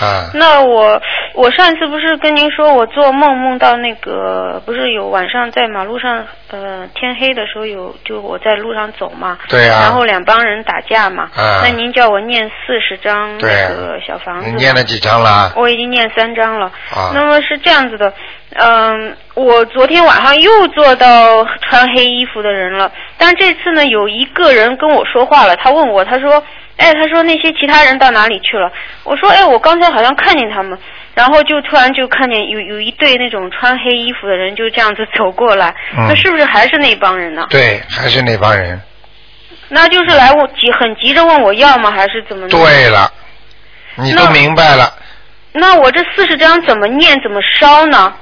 Speaker 1: 啊，
Speaker 5: 那我我上次不是跟您说，我做梦梦到那个不是有晚上在马路上，呃，天黑的时候有，就我在路上走嘛，
Speaker 1: 对啊
Speaker 5: 然后两帮人打架嘛，
Speaker 1: 啊
Speaker 5: 那您叫我念四十张
Speaker 1: 对啊
Speaker 5: 那个小房
Speaker 1: 你
Speaker 5: 子嘛，
Speaker 1: 念了几张了啊？
Speaker 5: 我已经念三张了。
Speaker 1: 啊
Speaker 5: 那么是这样子的，嗯，我昨天晚上又做到穿黑衣服的人了，但这次呢，有一个人跟我说话了，他问我，他说，哎，他说那些其他人到哪里去了？我说，哎，我刚才好像看见他们，然后就突然就看见有有一队那种穿黑衣服的人就这样子走过来，
Speaker 1: 嗯
Speaker 5: 那是不是还是那帮人呢？
Speaker 1: 对，还是那帮人。
Speaker 5: 那就是来我急很急着问我要吗，还是怎么？。
Speaker 1: 对了，你都
Speaker 5: 那
Speaker 1: 明白了。
Speaker 5: 那我这四十张怎么念怎么烧呢？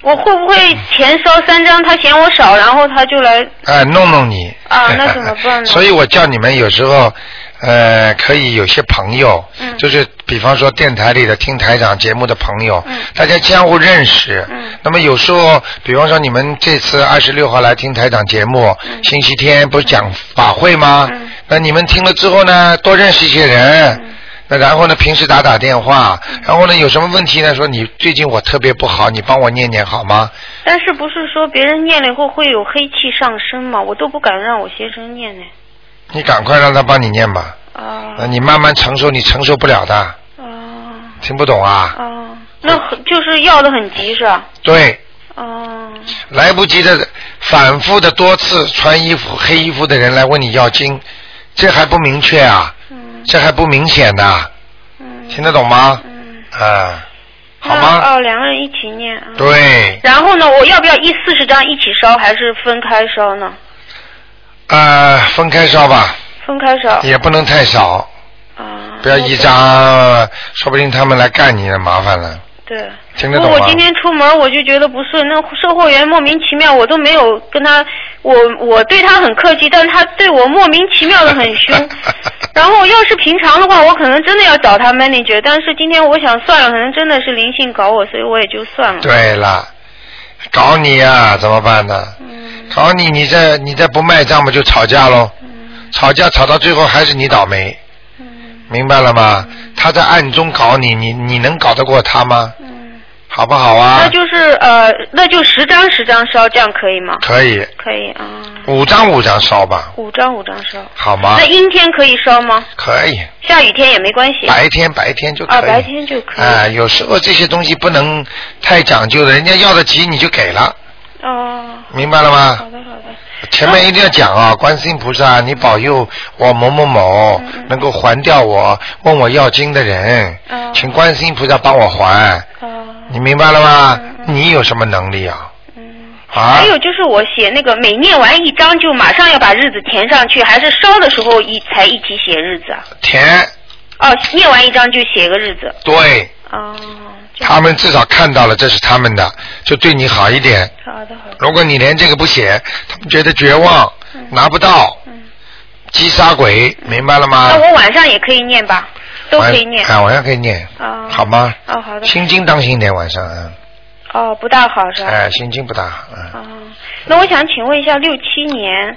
Speaker 5: 我会不会前烧三张，他嫌我少，然后他就来？
Speaker 1: 哎，弄弄你
Speaker 5: 啊那怎么办呢
Speaker 1: 所以我叫你们有时候，呃，可以有些朋友，
Speaker 5: 嗯
Speaker 1: 就是比方说电台里的听台长节目的朋友，
Speaker 5: 嗯
Speaker 1: 大家相互认识。
Speaker 5: 嗯
Speaker 1: 那么有时候，比方说你们这次二十六号来听台长节目，
Speaker 5: 嗯
Speaker 1: 星期天不是讲法会吗？
Speaker 5: 嗯
Speaker 1: 那你们听了之后呢，多认识一些人。
Speaker 5: 嗯
Speaker 1: 那然后呢，平时打打电话，然后呢，有什么问题呢？说你最近我特别不好，你帮我念念好吗？
Speaker 5: 但是不是说别人念了以后会有黑气上升嘛？我都不敢让我先生念呢。
Speaker 1: 你赶快让他帮你念吧。
Speaker 5: 啊
Speaker 1: 那你慢慢承受，你承受不了的，
Speaker 5: 啊
Speaker 1: 听不懂啊？
Speaker 5: 啊！那很就是要的很急是吧？
Speaker 1: 对，
Speaker 5: 啊
Speaker 1: 来不及的，反复的多次穿衣服黑衣服的人来问你要经，这还不明确啊？
Speaker 5: 嗯
Speaker 1: 这还不明显的，
Speaker 5: 嗯
Speaker 1: 听得懂吗？
Speaker 5: 嗯，
Speaker 1: 啊，好
Speaker 5: 那
Speaker 1: 吗？
Speaker 5: 哦，两个人一起念啊。
Speaker 1: 对，
Speaker 5: 然后呢，我要不要一四十张一起烧，还是分开烧呢？
Speaker 1: 呃，分开烧吧，
Speaker 5: 分开烧
Speaker 1: 也不能太少，
Speaker 5: 啊。
Speaker 1: 不要一张，说不定他们来干你了，麻烦了。
Speaker 5: 对。
Speaker 1: 听得
Speaker 5: 不
Speaker 1: 懂
Speaker 5: 过
Speaker 1: 吗？
Speaker 5: 我今天出门我就觉得不顺，那售货员莫名其妙，我都没有跟他，我我对他很客气，但他对我莫名其妙的很 凶。然后要是平常的话，我可能真的要找他 manager，但是今天我想算了，可能真的是灵性搞我，所以我也就算了。
Speaker 1: 对了，搞你呀、怎么办呢？
Speaker 5: 嗯
Speaker 1: 搞你，你再你再不卖账嘛，就吵架喽。
Speaker 5: 嗯
Speaker 1: 吵架吵到最后还是你倒霉，
Speaker 5: 嗯
Speaker 1: 明白了吗？他在暗中搞你，你你能搞得过他吗？
Speaker 5: 嗯，
Speaker 1: 好不好
Speaker 5: 那
Speaker 1: 啊？
Speaker 5: 就是呃，那就十张十张烧，这样可以吗？
Speaker 1: 可以，
Speaker 5: 可以啊、嗯
Speaker 1: 五张五张烧吧，
Speaker 5: 五张五张烧。
Speaker 1: 好吗
Speaker 5: 那？阴天可以烧吗？
Speaker 1: 可以，
Speaker 5: 下雨天也没关系。
Speaker 1: 白天白天就可以。
Speaker 5: 啊，白天就可以。
Speaker 1: 哎、有时候这些东西不能太讲究的，人家要的急你就给了，
Speaker 5: 哦，
Speaker 1: 明白了吗？
Speaker 5: 好的好的，
Speaker 1: 前面一定要讲啊，观世音菩萨，你保佑我某某某
Speaker 5: 嗯嗯
Speaker 1: 能够还掉我问我要经的人，
Speaker 5: 嗯
Speaker 1: 请观世音菩萨帮我还，
Speaker 5: 哦，
Speaker 1: 你明白了吗
Speaker 5: 嗯？
Speaker 1: 你有什么能力啊？
Speaker 5: 嗯。
Speaker 1: 啊
Speaker 5: 还，有就是我写那个每念完一章就马上要把日子填上去，还是烧的时候一才一起写日子啊？
Speaker 1: 填
Speaker 5: 哦，念完一章就写个日子。
Speaker 1: 对，
Speaker 5: 哦，这样
Speaker 1: 他们至少看到了这是他们的，就对你好一点。
Speaker 5: 好的好的，
Speaker 1: 如果你连这个不写，他们觉得绝望，
Speaker 5: 嗯
Speaker 1: 拿不到，
Speaker 5: 嗯，
Speaker 1: 击杀鬼，明白了吗
Speaker 5: 那？我晚上也可以念吧，都可以
Speaker 1: 啊晚
Speaker 5: 念。
Speaker 1: 啊，晚上可以念，
Speaker 5: 哦，
Speaker 1: 好？吗？
Speaker 5: 哦，好的。
Speaker 1: 心经当心点，晚上，嗯，
Speaker 5: 哦，不大好是吧？
Speaker 1: 哎，心经不大好，嗯。
Speaker 5: 哦，那我想请问一下，六七年，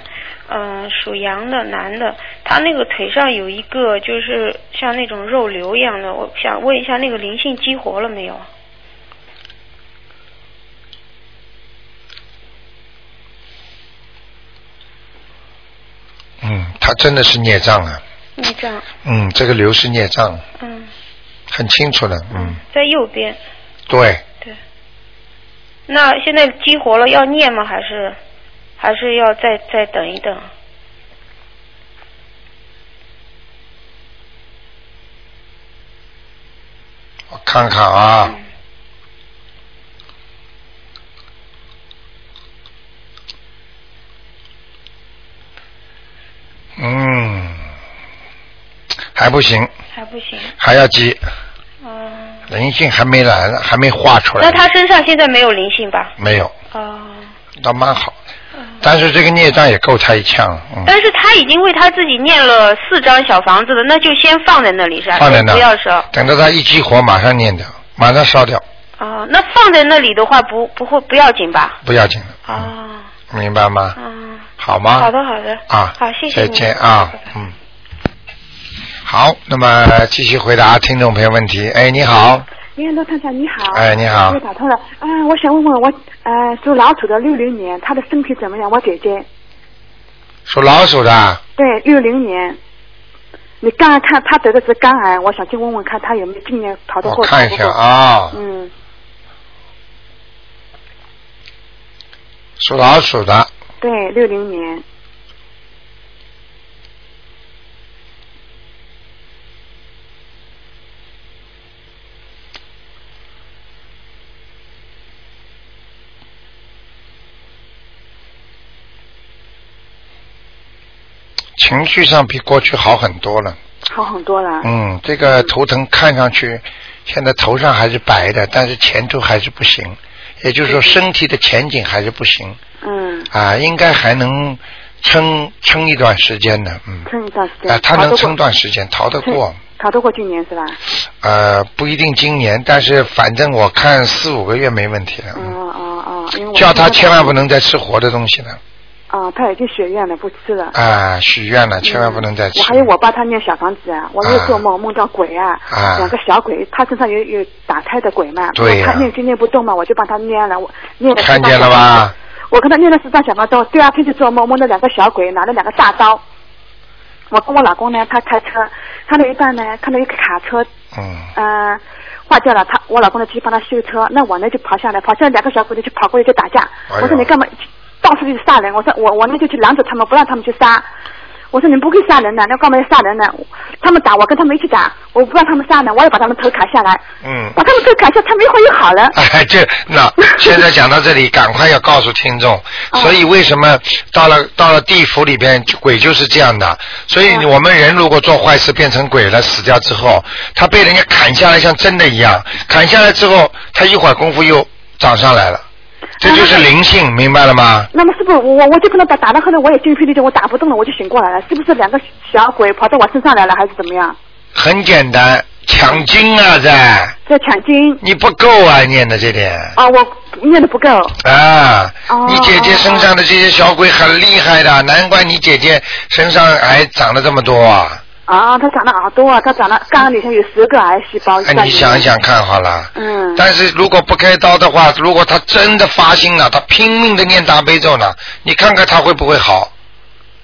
Speaker 5: 嗯、属羊的男的，他那个腿上有一个就是像那种肉瘤一样的，我想问一下，那个灵性激活了没有？
Speaker 1: 嗯，他真的是孽障啊。
Speaker 5: 那这样，
Speaker 1: 嗯，这个瘤是孽障，
Speaker 5: 嗯
Speaker 1: 很清楚的。嗯，
Speaker 5: 在右边，
Speaker 1: 对，
Speaker 5: 对。那现在激活了要念吗？还是还是要再再等一等？
Speaker 1: 我看看啊。嗯，还不行，
Speaker 5: 还不行，
Speaker 1: 还要急，
Speaker 5: 嗯。
Speaker 1: 灵性还没来呢，还没画出来
Speaker 5: 那
Speaker 1: 呢。
Speaker 5: 他身上现在没有灵性吧？
Speaker 1: 没有，
Speaker 5: 哦。
Speaker 1: 倒蛮好，
Speaker 5: 嗯
Speaker 1: 但是这个孽障也够他一呛了。嗯，
Speaker 5: 但是他已经为他自己念了四张小房子了，那就先放在那里是吧？
Speaker 1: 放在那
Speaker 5: 先不要烧。
Speaker 1: 等到他一激活，马上念掉，马上烧掉，
Speaker 5: 哦，那放在那里的话不不会不要紧吧？
Speaker 1: 不要紧了。嗯，
Speaker 5: 哦，
Speaker 1: 明白吗？
Speaker 5: 嗯，
Speaker 1: 好吗？
Speaker 5: 好的好的，
Speaker 1: 啊，
Speaker 5: 好谢谢
Speaker 1: 再
Speaker 5: 你
Speaker 1: 见啊
Speaker 5: 拜拜，
Speaker 1: 嗯。好，那么继续回答听众朋友问题。哎，你好，
Speaker 5: 嗯
Speaker 4: 你好，罗探长，你好。
Speaker 1: 哎你好
Speaker 4: 我打通了啊、我想问问我，呃，属老鼠的六零年，她的身体怎么样？我姐姐，
Speaker 1: 属老鼠的，
Speaker 4: 对，六零年，你刚刚看她得的是肝癌，我想去问问看她有没有今年逃得
Speaker 1: 我
Speaker 4: 过。
Speaker 1: 看一下
Speaker 4: 逃不过。
Speaker 1: 啊，
Speaker 4: 嗯，
Speaker 1: 属老鼠的，
Speaker 4: 对，六零年，
Speaker 1: 情绪上比过去好很多了。
Speaker 4: 好很多了。
Speaker 1: 嗯，这个头疼看上去现在头上还是白的，但是前途还是不行，
Speaker 5: 嗯
Speaker 1: 也就是说身体的前景还是不行
Speaker 4: 嗯
Speaker 1: 啊，应该还能撑撑一段时间的，嗯，
Speaker 4: 撑一段时间，
Speaker 1: 哎，他
Speaker 4: 逃得
Speaker 1: 能
Speaker 4: 过
Speaker 1: 撑段时间，逃得过，
Speaker 4: 逃得过今年是吧？
Speaker 1: 呃，不一定今年，但是反正我看四五个月没问题了。
Speaker 4: 嗯
Speaker 1: 嗯，
Speaker 4: 嗯嗯，因为我
Speaker 1: 叫他
Speaker 4: 听说
Speaker 1: 千万不能再吃活的东西了，
Speaker 4: 啊，他已经许愿了，不吃了。
Speaker 1: 啊，许愿了，千万不能再吃。
Speaker 4: 我还有我帮他念小房子啊，我又做梦梦到鬼啊，
Speaker 1: 啊
Speaker 4: 两个小鬼，他身上有有打胎的鬼嘛，
Speaker 1: 对呀
Speaker 4: 他念经念不动嘛，我就帮他念了，我念了
Speaker 1: 看见了吧？
Speaker 4: 我跟他念了十张小方刀，第二天就做梦，梦到两个小鬼拿了两个大刀。我跟我老公呢，他开车开了一半呢，看到一个卡车，
Speaker 1: 嗯，
Speaker 4: 嗯、坏掉了，他我老公呢去帮他修车，那我呢就跑下来，跑下来两个小鬼呢就跑过去就打架，
Speaker 1: 哎呦
Speaker 4: 我说你干嘛到处去杀人？我说我我呢就去拦着他们，不让他们去杀。我说你们不可以杀人的，那干嘛要杀人呢？他们打我跟他们一起打，我不让他们杀人，我要把他们头砍下来，
Speaker 1: 嗯，
Speaker 4: 把他们头砍下，他们一会儿又好了。
Speaker 1: 哎，这那现在讲到这里，赶快要告诉听众。
Speaker 4: 哦
Speaker 1: 所以为什么到了到了地府里边，就鬼就是这样的。所以
Speaker 4: 哦
Speaker 1: 我们人如果做坏事变成鬼了，死掉之后，他被人家砍下来像真的一样，砍下来之后，他一会儿功夫又长上来了，这就是灵性，明白了吗？
Speaker 4: 那么是不是我我我就跟他打打了，后来我也精疲力尽，我打不动了，我就醒过来了，是不是两个小鬼跑到我身上来了，还是怎么样？
Speaker 1: 很简单，抢经啊，在
Speaker 4: 在抢经
Speaker 1: 你不够啊，念的这点。
Speaker 4: 啊，我念的不够，
Speaker 1: 啊
Speaker 4: 哦，
Speaker 1: 你姐姐身上的这些小鬼很厉害的，难怪你姐姐身上癌长了这么多啊！
Speaker 4: 啊，他长了耳朵啊，他长了肝里头有十个癌细胞。
Speaker 1: 哎，你想一想，看好了。
Speaker 4: 嗯，
Speaker 1: 但是如果不开刀的话，如果他真的发心了，他拼命的念大悲咒呢，你看看他会不会好？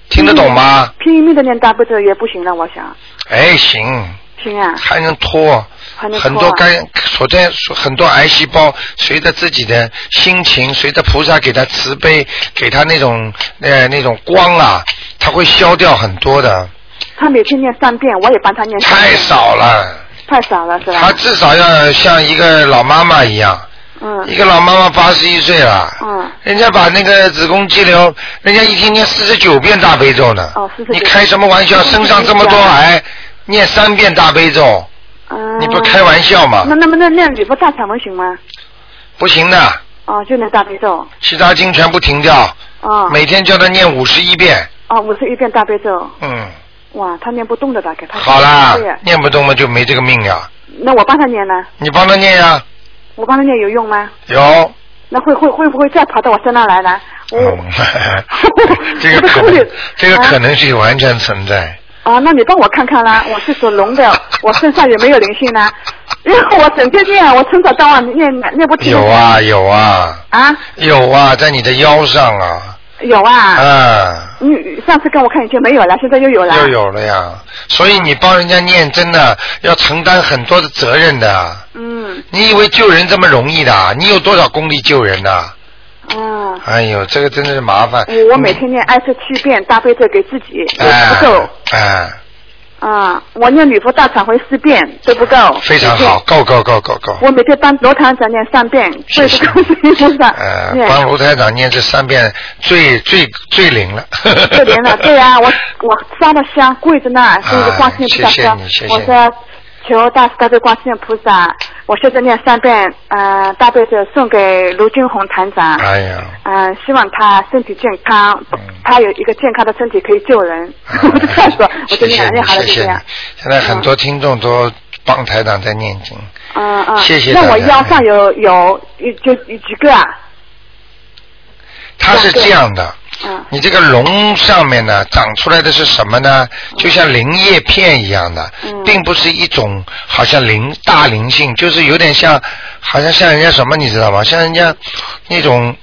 Speaker 1: 听得懂吗？
Speaker 4: 嗯拼命的念大悲咒也不行了，我想，
Speaker 1: 哎，行，
Speaker 4: 行啊，
Speaker 1: 还能拖。
Speaker 4: 还能
Speaker 1: 很
Speaker 4: 拖
Speaker 1: 多
Speaker 4: 啊
Speaker 1: 肝，所在很多癌细胞，随着自己的心情，随着菩萨给他慈悲，给他那种呃那种光啊，他会消掉很多的，
Speaker 4: 他每天念三遍，我也帮他念三
Speaker 1: 太
Speaker 4: 遍，
Speaker 1: 少了。
Speaker 4: 太少了是吧
Speaker 1: 他？至少要像一个老妈妈一样，
Speaker 4: 嗯
Speaker 1: 一个老妈妈八十一岁了，
Speaker 4: 嗯，
Speaker 1: 人家把那个子宫肌瘤，人家一天念四十九遍大悲咒呢，
Speaker 4: 哦49
Speaker 1: 你开什么玩
Speaker 4: 嗯
Speaker 1: 笑？身上这么多癌，念三遍大悲咒，
Speaker 4: 嗯，
Speaker 1: 你不开玩笑吗？
Speaker 4: 那那么那那礼佛大忏文行吗？
Speaker 1: 不行的，
Speaker 4: 哦，就念大悲咒，
Speaker 1: 其他经全部停掉。
Speaker 4: 哦，
Speaker 1: 每天叫他念五十一遍，
Speaker 4: 哦，五十一遍大悲咒，
Speaker 1: 嗯，
Speaker 4: 哇，他念不动的吧？给他
Speaker 1: 好啦
Speaker 4: 对呀，
Speaker 1: 念不动嘛就没这个命呀，
Speaker 4: 那我帮他念呢？
Speaker 1: 你帮他念呀，
Speaker 4: 我帮他念有用吗？
Speaker 1: 有，
Speaker 4: 那会会会不会再跑到我身上来呢？我、
Speaker 1: 嗯 这个可
Speaker 4: 我的
Speaker 1: 能
Speaker 4: 肚子，
Speaker 1: 这个
Speaker 4: 啊
Speaker 1: 可能性完全存在，
Speaker 4: 啊，那你帮我看看啦，我是属龙的，我身上有没有灵性呢？因为我整天念，啊我从早到晚念念不停。
Speaker 1: 有。啊有啊
Speaker 4: 啊，
Speaker 1: 有啊，在你的腰上啊，
Speaker 4: 有啊。
Speaker 1: 啊，
Speaker 4: 你上次跟我看已经没有了，现在又有了。
Speaker 1: 又。有了呀，所以你帮人家念真的要承担很多的责任的，
Speaker 4: 嗯
Speaker 1: 你以为救人这么容易的？啊你有多少功力救人的？
Speaker 4: 啊，
Speaker 1: 哎呦，这个真的是麻烦。
Speaker 4: 我我每天念二十七遍大悲咒给自己也不够
Speaker 1: 哎。哎。
Speaker 4: 啊，我念礼佛大忏悔四遍都不够。
Speaker 1: 非常好，。够够够够够。
Speaker 4: 我每天帮罗堂长念三遍，
Speaker 1: 谢
Speaker 4: 对
Speaker 1: 谢
Speaker 4: 着观世音菩萨
Speaker 1: 呃，
Speaker 4: 念。
Speaker 1: 帮卢台长念这三遍最最最灵了。
Speaker 4: 可怜了，对啊，我我烧了香，跪着那儿，跟一个观世音菩萨
Speaker 1: 啊谢
Speaker 4: 说，
Speaker 1: 谢你谢谢你
Speaker 4: 我说求大慈大悲观世音菩萨，我现在念三遍，呃，大悲咒送给卢军红团长，
Speaker 1: 哎呀，
Speaker 4: 嗯、希望他身体健康，
Speaker 1: 嗯
Speaker 4: 他有一个健康的身体可以救人。
Speaker 1: 哎
Speaker 4: 我 就这样说，我就
Speaker 1: 谢谢
Speaker 4: 念，
Speaker 1: 你
Speaker 4: 念好了
Speaker 1: 谢
Speaker 4: 就这
Speaker 1: 谢你
Speaker 4: 样。。
Speaker 1: 现在很多听众都帮台长在念经，
Speaker 4: 嗯嗯，
Speaker 1: 谢谢大家
Speaker 4: 那我腰上有有有就有几个啊？
Speaker 1: 他是这样的。
Speaker 4: 嗯
Speaker 1: 你这个龙上面呢，长出来的是什么呢？就像灵叶片一样的，
Speaker 4: 嗯
Speaker 1: 并不是一种好像灵大灵性，就是有点像，好像像人家什么，你知道吗？像人家那种，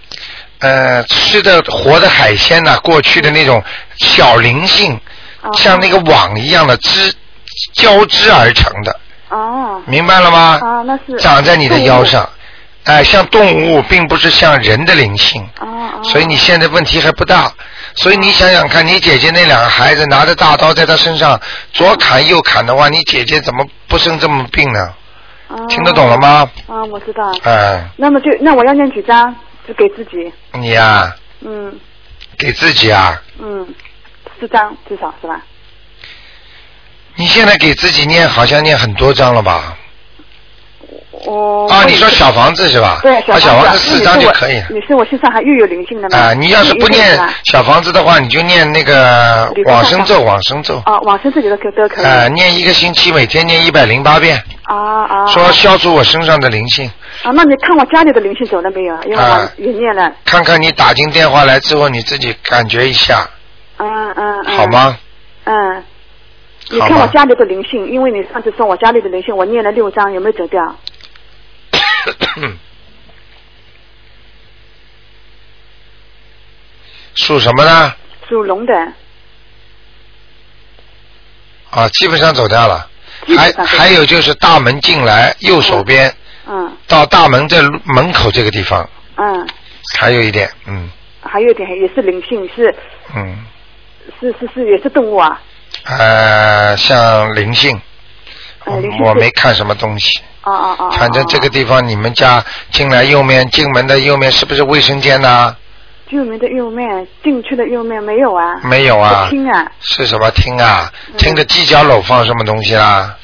Speaker 1: 呃，吃的活的海鲜呐、过去的那种小灵性，
Speaker 4: 哦
Speaker 1: 像那个网一样的织交织而成的，
Speaker 4: 哦
Speaker 1: 明白了吗？
Speaker 4: 啊，那是
Speaker 1: 嗯长在你的腰
Speaker 4: 动
Speaker 1: 上，哎、像动物，并不是像人的灵性。
Speaker 4: 物。哦哦。
Speaker 1: 所以你现在问题还不大，所以你想想看，你姐姐那两个孩子拿着大刀在她身上左砍右砍的话，你姐姐怎么不生这么病呢？
Speaker 4: 哦
Speaker 1: 听得懂了？吗？
Speaker 4: 啊，我知道。
Speaker 1: 嗯，
Speaker 4: 那么就那我要念几张？就给自己，
Speaker 1: 你呀、
Speaker 4: 嗯
Speaker 1: 给自己啊，
Speaker 4: 嗯，四张至少是吧？
Speaker 1: 你现在给自己念好像念很多章了吧？
Speaker 4: 我我
Speaker 1: 啊，你说小房子是吧？
Speaker 4: 哦对
Speaker 1: 啊，
Speaker 4: 小
Speaker 1: 房
Speaker 4: 房
Speaker 1: 子四张就可以了。
Speaker 4: 你是我身上还又有灵性的吗？
Speaker 1: 啊，你要是不念
Speaker 4: 啊，
Speaker 1: 小房子的话，你就念那个
Speaker 4: 礼佛
Speaker 1: 往生
Speaker 4: 大
Speaker 1: 咒，
Speaker 4: 法
Speaker 1: 往生咒。
Speaker 4: 啊，往生这里的可都可以。
Speaker 1: 啊，念一个星期，每天念一百零八遍，
Speaker 4: 啊啊。
Speaker 1: 说消除我身上的灵性。
Speaker 4: 啊，那你看我家里的灵性走了没有？因为
Speaker 1: 啊
Speaker 4: 我也念了。
Speaker 1: 看看你打进电话来之后，你自己感觉一下，
Speaker 4: 嗯嗯嗯。
Speaker 1: 好？ 吗？
Speaker 4: 嗯。你
Speaker 1: 好
Speaker 4: 看
Speaker 1: 吗
Speaker 4: 我家里的灵性，因为你上次说我家里的灵性，我念了六张，有没有走掉？
Speaker 1: 属什么呢？
Speaker 4: 属龙的，
Speaker 1: 啊，基本上走掉了。
Speaker 4: 基本
Speaker 1: 还
Speaker 4: 上走掉
Speaker 1: 还有就是大门进来右手边，
Speaker 4: 嗯
Speaker 1: 到大门这路门口这个地方，
Speaker 4: 嗯，
Speaker 1: 还有一点，嗯
Speaker 4: 还有一点也是灵性，是
Speaker 1: 嗯，
Speaker 4: 是是是也是动物啊，
Speaker 1: 呃，像灵性，
Speaker 4: 呃灵性
Speaker 1: 哦我我
Speaker 4: 是
Speaker 1: 没看什么东西，
Speaker 4: 啊啊啊，啊
Speaker 1: 反正这个
Speaker 4: 啊
Speaker 1: 地方你们家进来右面进门的右面是不是卫生间呐、
Speaker 4: 右啊面的右面进去的右面没有啊，
Speaker 1: 没有啊
Speaker 4: 我，听啊，
Speaker 1: 是什么厅啊？
Speaker 4: 嗯
Speaker 1: 厅的犄角楼放什么东西啊啦、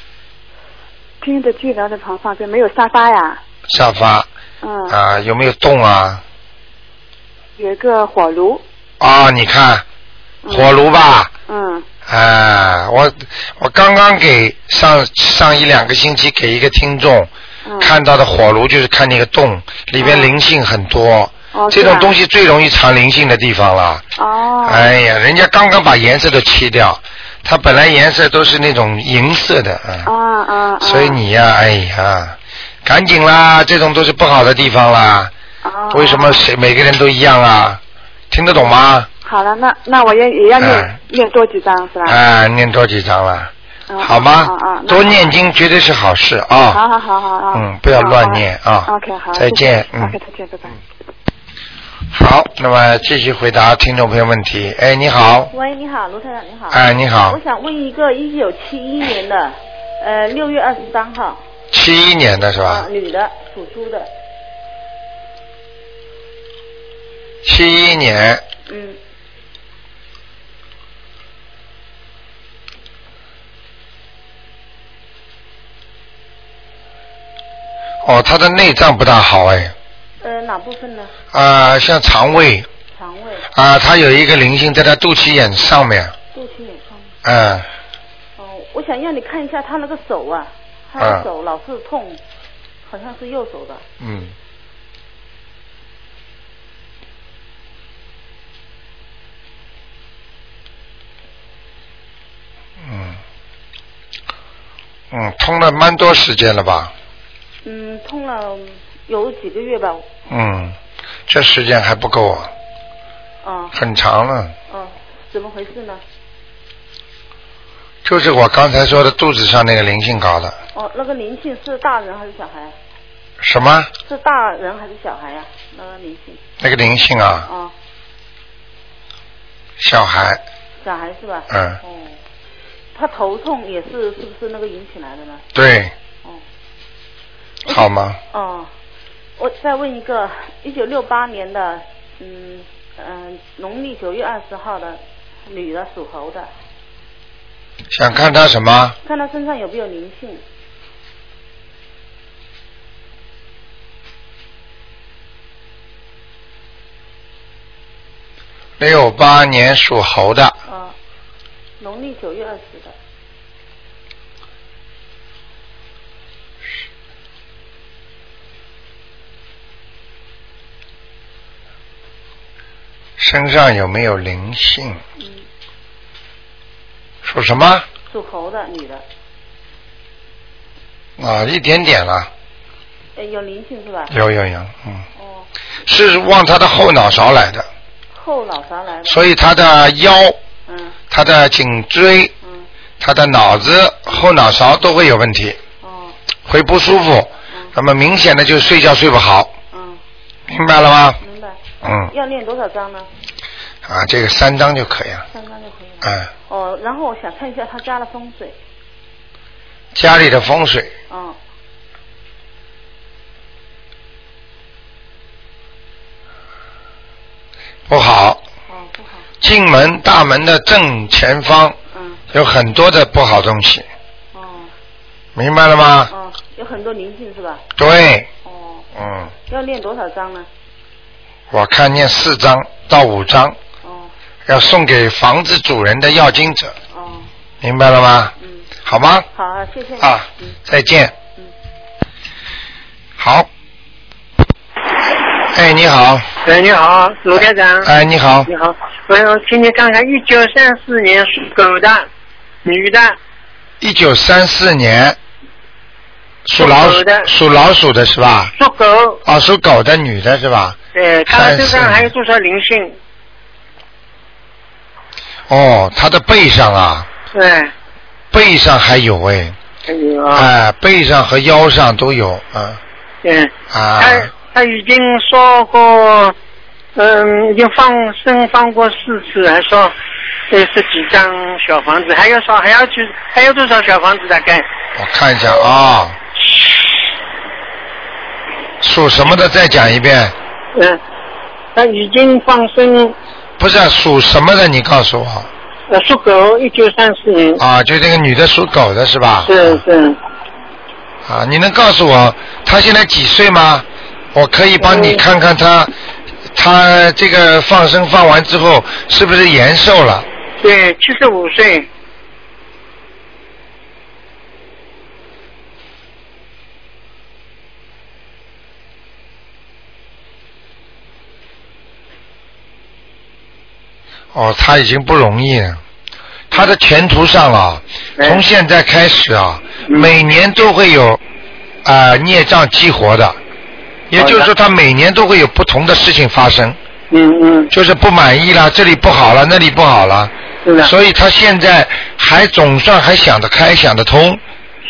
Speaker 4: 听着治疗的旁旁边没有沙发呀，
Speaker 1: 沙发
Speaker 4: 嗯，
Speaker 1: 啊，有没有动啊？
Speaker 4: 有一个火炉，
Speaker 1: 啊，你看
Speaker 4: 嗯
Speaker 1: 火炉吧，
Speaker 4: 嗯
Speaker 1: 啊，我我刚刚给上上一两个星期给一个听众
Speaker 4: 嗯，
Speaker 1: 看到的火炉，就是看那个洞里边
Speaker 4: 哦
Speaker 1: 灵性很多，
Speaker 4: 哦
Speaker 1: 这种东
Speaker 4: 西
Speaker 1: 西最容易藏灵性的地方了。
Speaker 4: 哦，
Speaker 1: 哎呀，人家刚刚把颜色都漆掉，它本来颜色都是那种银色的，
Speaker 4: 啊
Speaker 1: 啊，
Speaker 4: 啊，啊
Speaker 1: 所以你呀，哎呀，赶紧啦，这种都是不好的地方啦。
Speaker 4: 啊
Speaker 1: 为什么谁每个人都一样啊？听得懂吗？
Speaker 4: 好了，那那我也也要
Speaker 1: 哎
Speaker 4: 念念多几张是吧？
Speaker 1: 哎，念多几章了，
Speaker 4: 嗯
Speaker 1: 好吗
Speaker 4: 啊啊，啊？
Speaker 1: 多念经绝对是好事
Speaker 4: 那好
Speaker 1: 啊！
Speaker 4: 好好好好，哦
Speaker 1: 嗯，不要乱念啊
Speaker 4: 好好 OK，好，
Speaker 1: 再见
Speaker 4: 谢谢
Speaker 1: 嗯
Speaker 4: OK，再见，拜拜。
Speaker 1: 好，那么继续回答听众朋友问题。哎，你好，
Speaker 3: 喂，你好，卢台长，你好。
Speaker 1: 哎，你好
Speaker 3: 我，想问一个一九七一年的，呃，六月二十三号，
Speaker 1: 七一年的是吧
Speaker 3: 啊，？女的，属猪的，
Speaker 1: 七一年，
Speaker 3: 嗯，
Speaker 1: 哦，他的内脏不大好哎，
Speaker 3: 呃，哪部分呢？
Speaker 1: 啊、像肠胃
Speaker 3: 肠胃、
Speaker 1: 啊、他有一个灵性在他肚脐眼上面，
Speaker 3: 肚脐眼方面。
Speaker 1: 嗯，
Speaker 3: 哦，我想让你看一下他那个手啊，他
Speaker 1: 啊
Speaker 3: 的手老是痛，好像是右手的。
Speaker 1: 嗯。嗯，嗯，通了蛮多时间了吧？
Speaker 3: 嗯，痛了有几个月吧，
Speaker 1: 嗯，这时间还不够啊，
Speaker 3: 啊，
Speaker 1: 很长了。
Speaker 3: 啊，怎么回事呢？
Speaker 1: 就是我刚才说的肚子上那个灵性搞的，
Speaker 3: 哦，那个灵性是大人还是小孩？
Speaker 1: 什么
Speaker 3: 是大人还是小孩呀、啊那个灵性，
Speaker 1: 那个灵性啊，
Speaker 3: 啊，
Speaker 1: 小孩，
Speaker 3: 小孩是吧？
Speaker 1: 嗯
Speaker 3: 哦，他头痛也是是不是那个引起来的呢？
Speaker 1: 对，
Speaker 3: 哦，
Speaker 1: 好吗？
Speaker 3: 哦，我再问一个，一九六八年的，嗯嗯、农历九月二十号的女的属猴的，
Speaker 1: 想看他什么？
Speaker 3: 看她身上有没有灵性。
Speaker 1: 六八年属猴的，
Speaker 3: 啊，农历九月二十的，
Speaker 1: 身上有没有灵性？
Speaker 3: 嗯，
Speaker 1: 属什么？
Speaker 3: 属猴的女的，
Speaker 1: 啊，一点点了，
Speaker 3: 呃，有灵性是吧？
Speaker 1: 有有有，嗯，
Speaker 3: 哦，
Speaker 1: 是往他的后脑勺来的，
Speaker 3: 后脑勺来的。
Speaker 1: 所以他的腰、
Speaker 3: 嗯
Speaker 1: 他的颈椎、
Speaker 3: 嗯，
Speaker 1: 他的脑子、后脑勺都会有问题，
Speaker 3: 哦，
Speaker 1: 会不舒服。
Speaker 3: 嗯
Speaker 1: 那么明显的就是睡觉睡不好，
Speaker 3: 嗯，
Speaker 1: 明白了吗？
Speaker 3: 明白。
Speaker 1: 嗯，
Speaker 3: 要念多少章呢？
Speaker 1: 啊，这个三张就可以了。
Speaker 3: 三章就可以了。
Speaker 1: 嗯，
Speaker 3: 哦，然后我想看一下他家的风水，
Speaker 1: 家里的风水，
Speaker 3: 嗯，
Speaker 1: 不好，
Speaker 3: 哦不好，
Speaker 1: 进门大门的正前方
Speaker 3: 嗯，
Speaker 1: 有很多的不好东西，
Speaker 3: 哦
Speaker 1: 明白了吗？
Speaker 3: 哦，有很多灵性是吧？
Speaker 1: 对，
Speaker 3: 哦，
Speaker 1: 嗯，
Speaker 3: 要练多少章呢？
Speaker 1: 我看念四章到五章，
Speaker 3: 哦
Speaker 1: 要送给房子主人的要经者，
Speaker 3: 哦，
Speaker 1: 明白了吗？
Speaker 3: 嗯，
Speaker 1: 好吗？
Speaker 3: 好，谢谢你。
Speaker 1: 啊
Speaker 3: 嗯，
Speaker 1: 再见
Speaker 3: 嗯。
Speaker 1: 好。哎，你好，
Speaker 6: 喂，你好，卢台长。
Speaker 1: 哎，你好，
Speaker 6: 你好，我想请你看看一九三四年属狗的女的，
Speaker 1: 一九三四年属老鼠
Speaker 6: 属狗的
Speaker 1: 属老鼠的是吧？
Speaker 6: 属狗，
Speaker 1: 哦，属狗的女的是吧？
Speaker 6: 对，她身
Speaker 1: 34
Speaker 6: 上还有多少灵性？
Speaker 1: 哦，她的背上啊，
Speaker 6: 哎，
Speaker 1: 背上还有哎，
Speaker 6: 还有
Speaker 1: 哎、
Speaker 6: 啊，
Speaker 1: 背上和腰上都有啊
Speaker 6: 嗯，
Speaker 1: 啊
Speaker 6: 她她已经烧过，嗯，已经放生放过四次，还烧二十几张小房子，还要烧，还要去，还有多少小房子大概？
Speaker 1: 我看一下啊、属什么的再讲一遍，
Speaker 6: 嗯，她已经放生，
Speaker 1: 不是啊属什么的你告诉我
Speaker 6: 呃，属狗，一九三四年，
Speaker 1: 啊？就这个女的属狗的是吧？
Speaker 6: 是是。
Speaker 1: 啊，你能告诉我她现在几岁吗？我可以帮
Speaker 6: 嗯
Speaker 1: 你看看她，她这个放生放完之后是不是延寿了？
Speaker 6: 对，七十五岁，
Speaker 1: 哦，她已经不容易了。她的前途上啊，
Speaker 6: 哎
Speaker 1: 从现在开始啊，
Speaker 6: 嗯
Speaker 1: 每年都会有啊、孽障激活的，也就是说，她每年都会有不同的事情发生，
Speaker 6: 嗯嗯，
Speaker 1: 就是不满意啦，这里不好了，那里不好了，
Speaker 6: 是
Speaker 2: 嗯
Speaker 6: 的，
Speaker 1: 所以她现在还总算还想得开，想得通，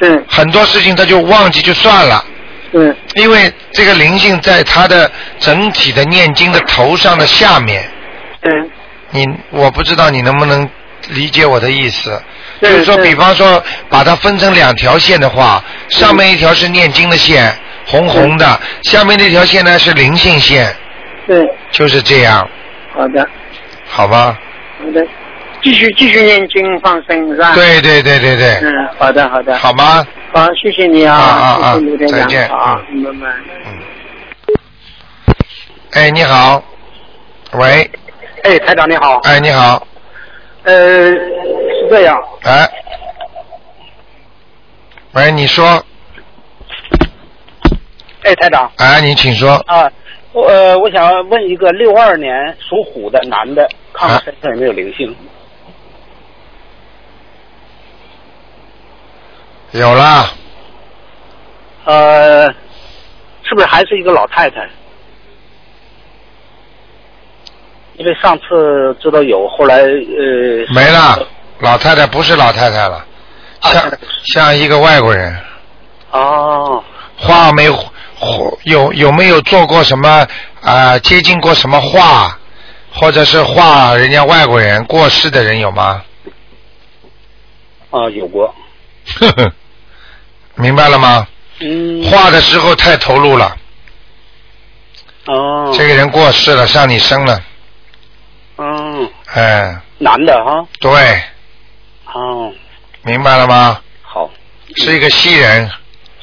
Speaker 6: 是
Speaker 1: 很多事情她就忘记就算了。
Speaker 6: 是，
Speaker 1: 因为这个灵性在他的整体的念经的头上的下面，
Speaker 6: 嗯，
Speaker 1: 你我不知道你能不能理解我的意思。就是是说，
Speaker 6: 是嗯
Speaker 1: 比方说把它分成两条线的话，上面一条是念经的线，红红的；下面那条线呢是灵性线，
Speaker 6: 是，
Speaker 1: 就是这样，
Speaker 6: 好的
Speaker 1: 好吧？
Speaker 6: 好的，继续继续念经放生是吧？，
Speaker 1: 对对对对对，
Speaker 6: 啊嗯，好的好的，
Speaker 1: 好吗？
Speaker 6: 好，谢谢你
Speaker 1: 啊啊啊
Speaker 6: 啊，谢谢卢台
Speaker 1: 再
Speaker 6: 长，
Speaker 1: 见嗯
Speaker 6: 好，嗯拜拜。
Speaker 1: 哎，你好，喂，
Speaker 6: 哎，台长你好，
Speaker 1: 哎，你好，
Speaker 6: 呃，是这样，
Speaker 1: 哎，喂，你说，
Speaker 6: 哎，台长
Speaker 1: 哎，你请说。
Speaker 6: 啊，我呃，我想问一个六二年属虎的男的，看
Speaker 1: 啊
Speaker 6: 看身上有没有灵性？
Speaker 1: 有啦，
Speaker 6: 呃，是不是还是一个老太太？因为上次知道有，后来呃
Speaker 1: 没了，老太太不是老太太了，
Speaker 6: 啊
Speaker 1: 像像一个外国人，
Speaker 6: 哦，
Speaker 1: 画没画有有没有做过什么啊、接近过什么画，或者是画人家外国人过世的人有吗？
Speaker 6: 啊，有过，
Speaker 1: 呵呵，明白了吗？
Speaker 6: 嗯，
Speaker 1: 画的时候太投入了，
Speaker 6: 哦，
Speaker 1: 这个人过世了，上你身了，
Speaker 6: 嗯，
Speaker 1: 哎，
Speaker 6: 男的哈，
Speaker 1: 对，
Speaker 6: 哦，
Speaker 1: 明白了吗？
Speaker 6: 好，
Speaker 1: 是一个西人，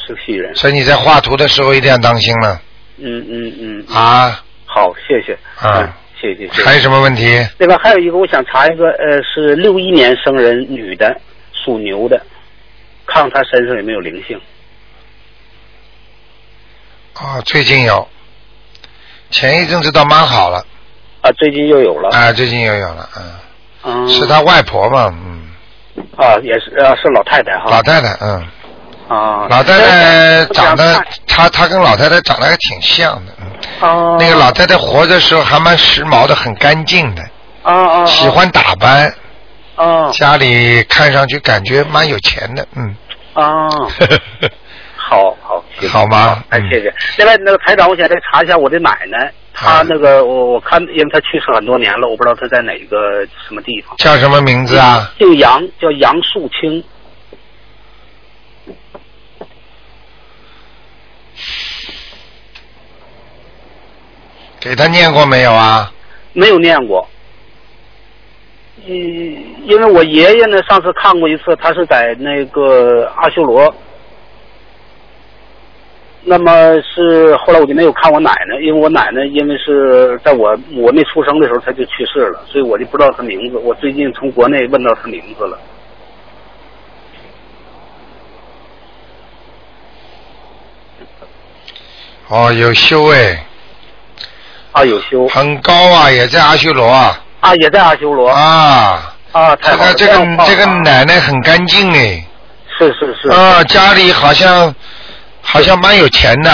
Speaker 6: 是西人，
Speaker 1: 所以你在画图的时候一定要当心了
Speaker 6: 嗯嗯嗯，
Speaker 1: 啊！
Speaker 6: 好，谢谢，
Speaker 1: 啊
Speaker 6: 嗯，谢谢，谢
Speaker 1: 还有
Speaker 6: 谢。
Speaker 1: 什么问题？
Speaker 6: 那个还有一个，我想查一个，呃，是六一年生人，女的，属牛的，看看她身上有没有灵性。
Speaker 1: 哦，最近有，前一阵子倒蛮好了，
Speaker 6: 啊，最近又有了，
Speaker 1: 啊，最近又有了，嗯，
Speaker 6: 嗯，
Speaker 1: 是他外婆嘛，嗯，
Speaker 6: 啊，也是啊，是老太太哈。
Speaker 1: 老太太，嗯，
Speaker 6: 啊，
Speaker 1: 老太太长
Speaker 6: 我
Speaker 1: 得
Speaker 6: 想看，
Speaker 1: 她她跟老太太长得还挺像的，嗯，
Speaker 6: 哦，
Speaker 1: 那个老太太活的时候还蛮时髦的，很干净的，
Speaker 6: 哦哦，
Speaker 1: 喜欢打扮，
Speaker 6: 哦
Speaker 1: 家里看上去感觉蛮有钱的， 嗯，
Speaker 6: 哦，好好，谢谢
Speaker 1: 好吗？
Speaker 6: 哎，
Speaker 1: 嗯
Speaker 6: 谢谢。另外，那个台长，我想再查一下我的奶奶，她
Speaker 1: 嗯
Speaker 6: 那个我我看，因为她去世很多年了，我不知道她在哪个什么地方。
Speaker 1: 叫什么名字啊？
Speaker 6: 姓杨，叫杨树清。
Speaker 1: 给他念过没有啊？
Speaker 6: 没有念过。嗯，因为我爷爷呢，上次看过一次，他是在那个阿修罗，那么是后来我就没有看我奶奶，因为我奶奶因为是在我我没出生的时候她就去世了，所以我就不知道她名字。我最近从国内问到她名字了。
Speaker 1: 哦，有修哎，
Speaker 6: 啊，有修
Speaker 1: 很高啊，也在阿修罗啊。
Speaker 6: 啊，也在阿修罗
Speaker 1: 啊。
Speaker 6: 啊，太
Speaker 1: 这
Speaker 6: 好了
Speaker 1: 个这个
Speaker 6: 太棒了啊
Speaker 1: 这个奶奶很干净哎，
Speaker 6: 是是是
Speaker 1: 啊，家里好像好像蛮有钱的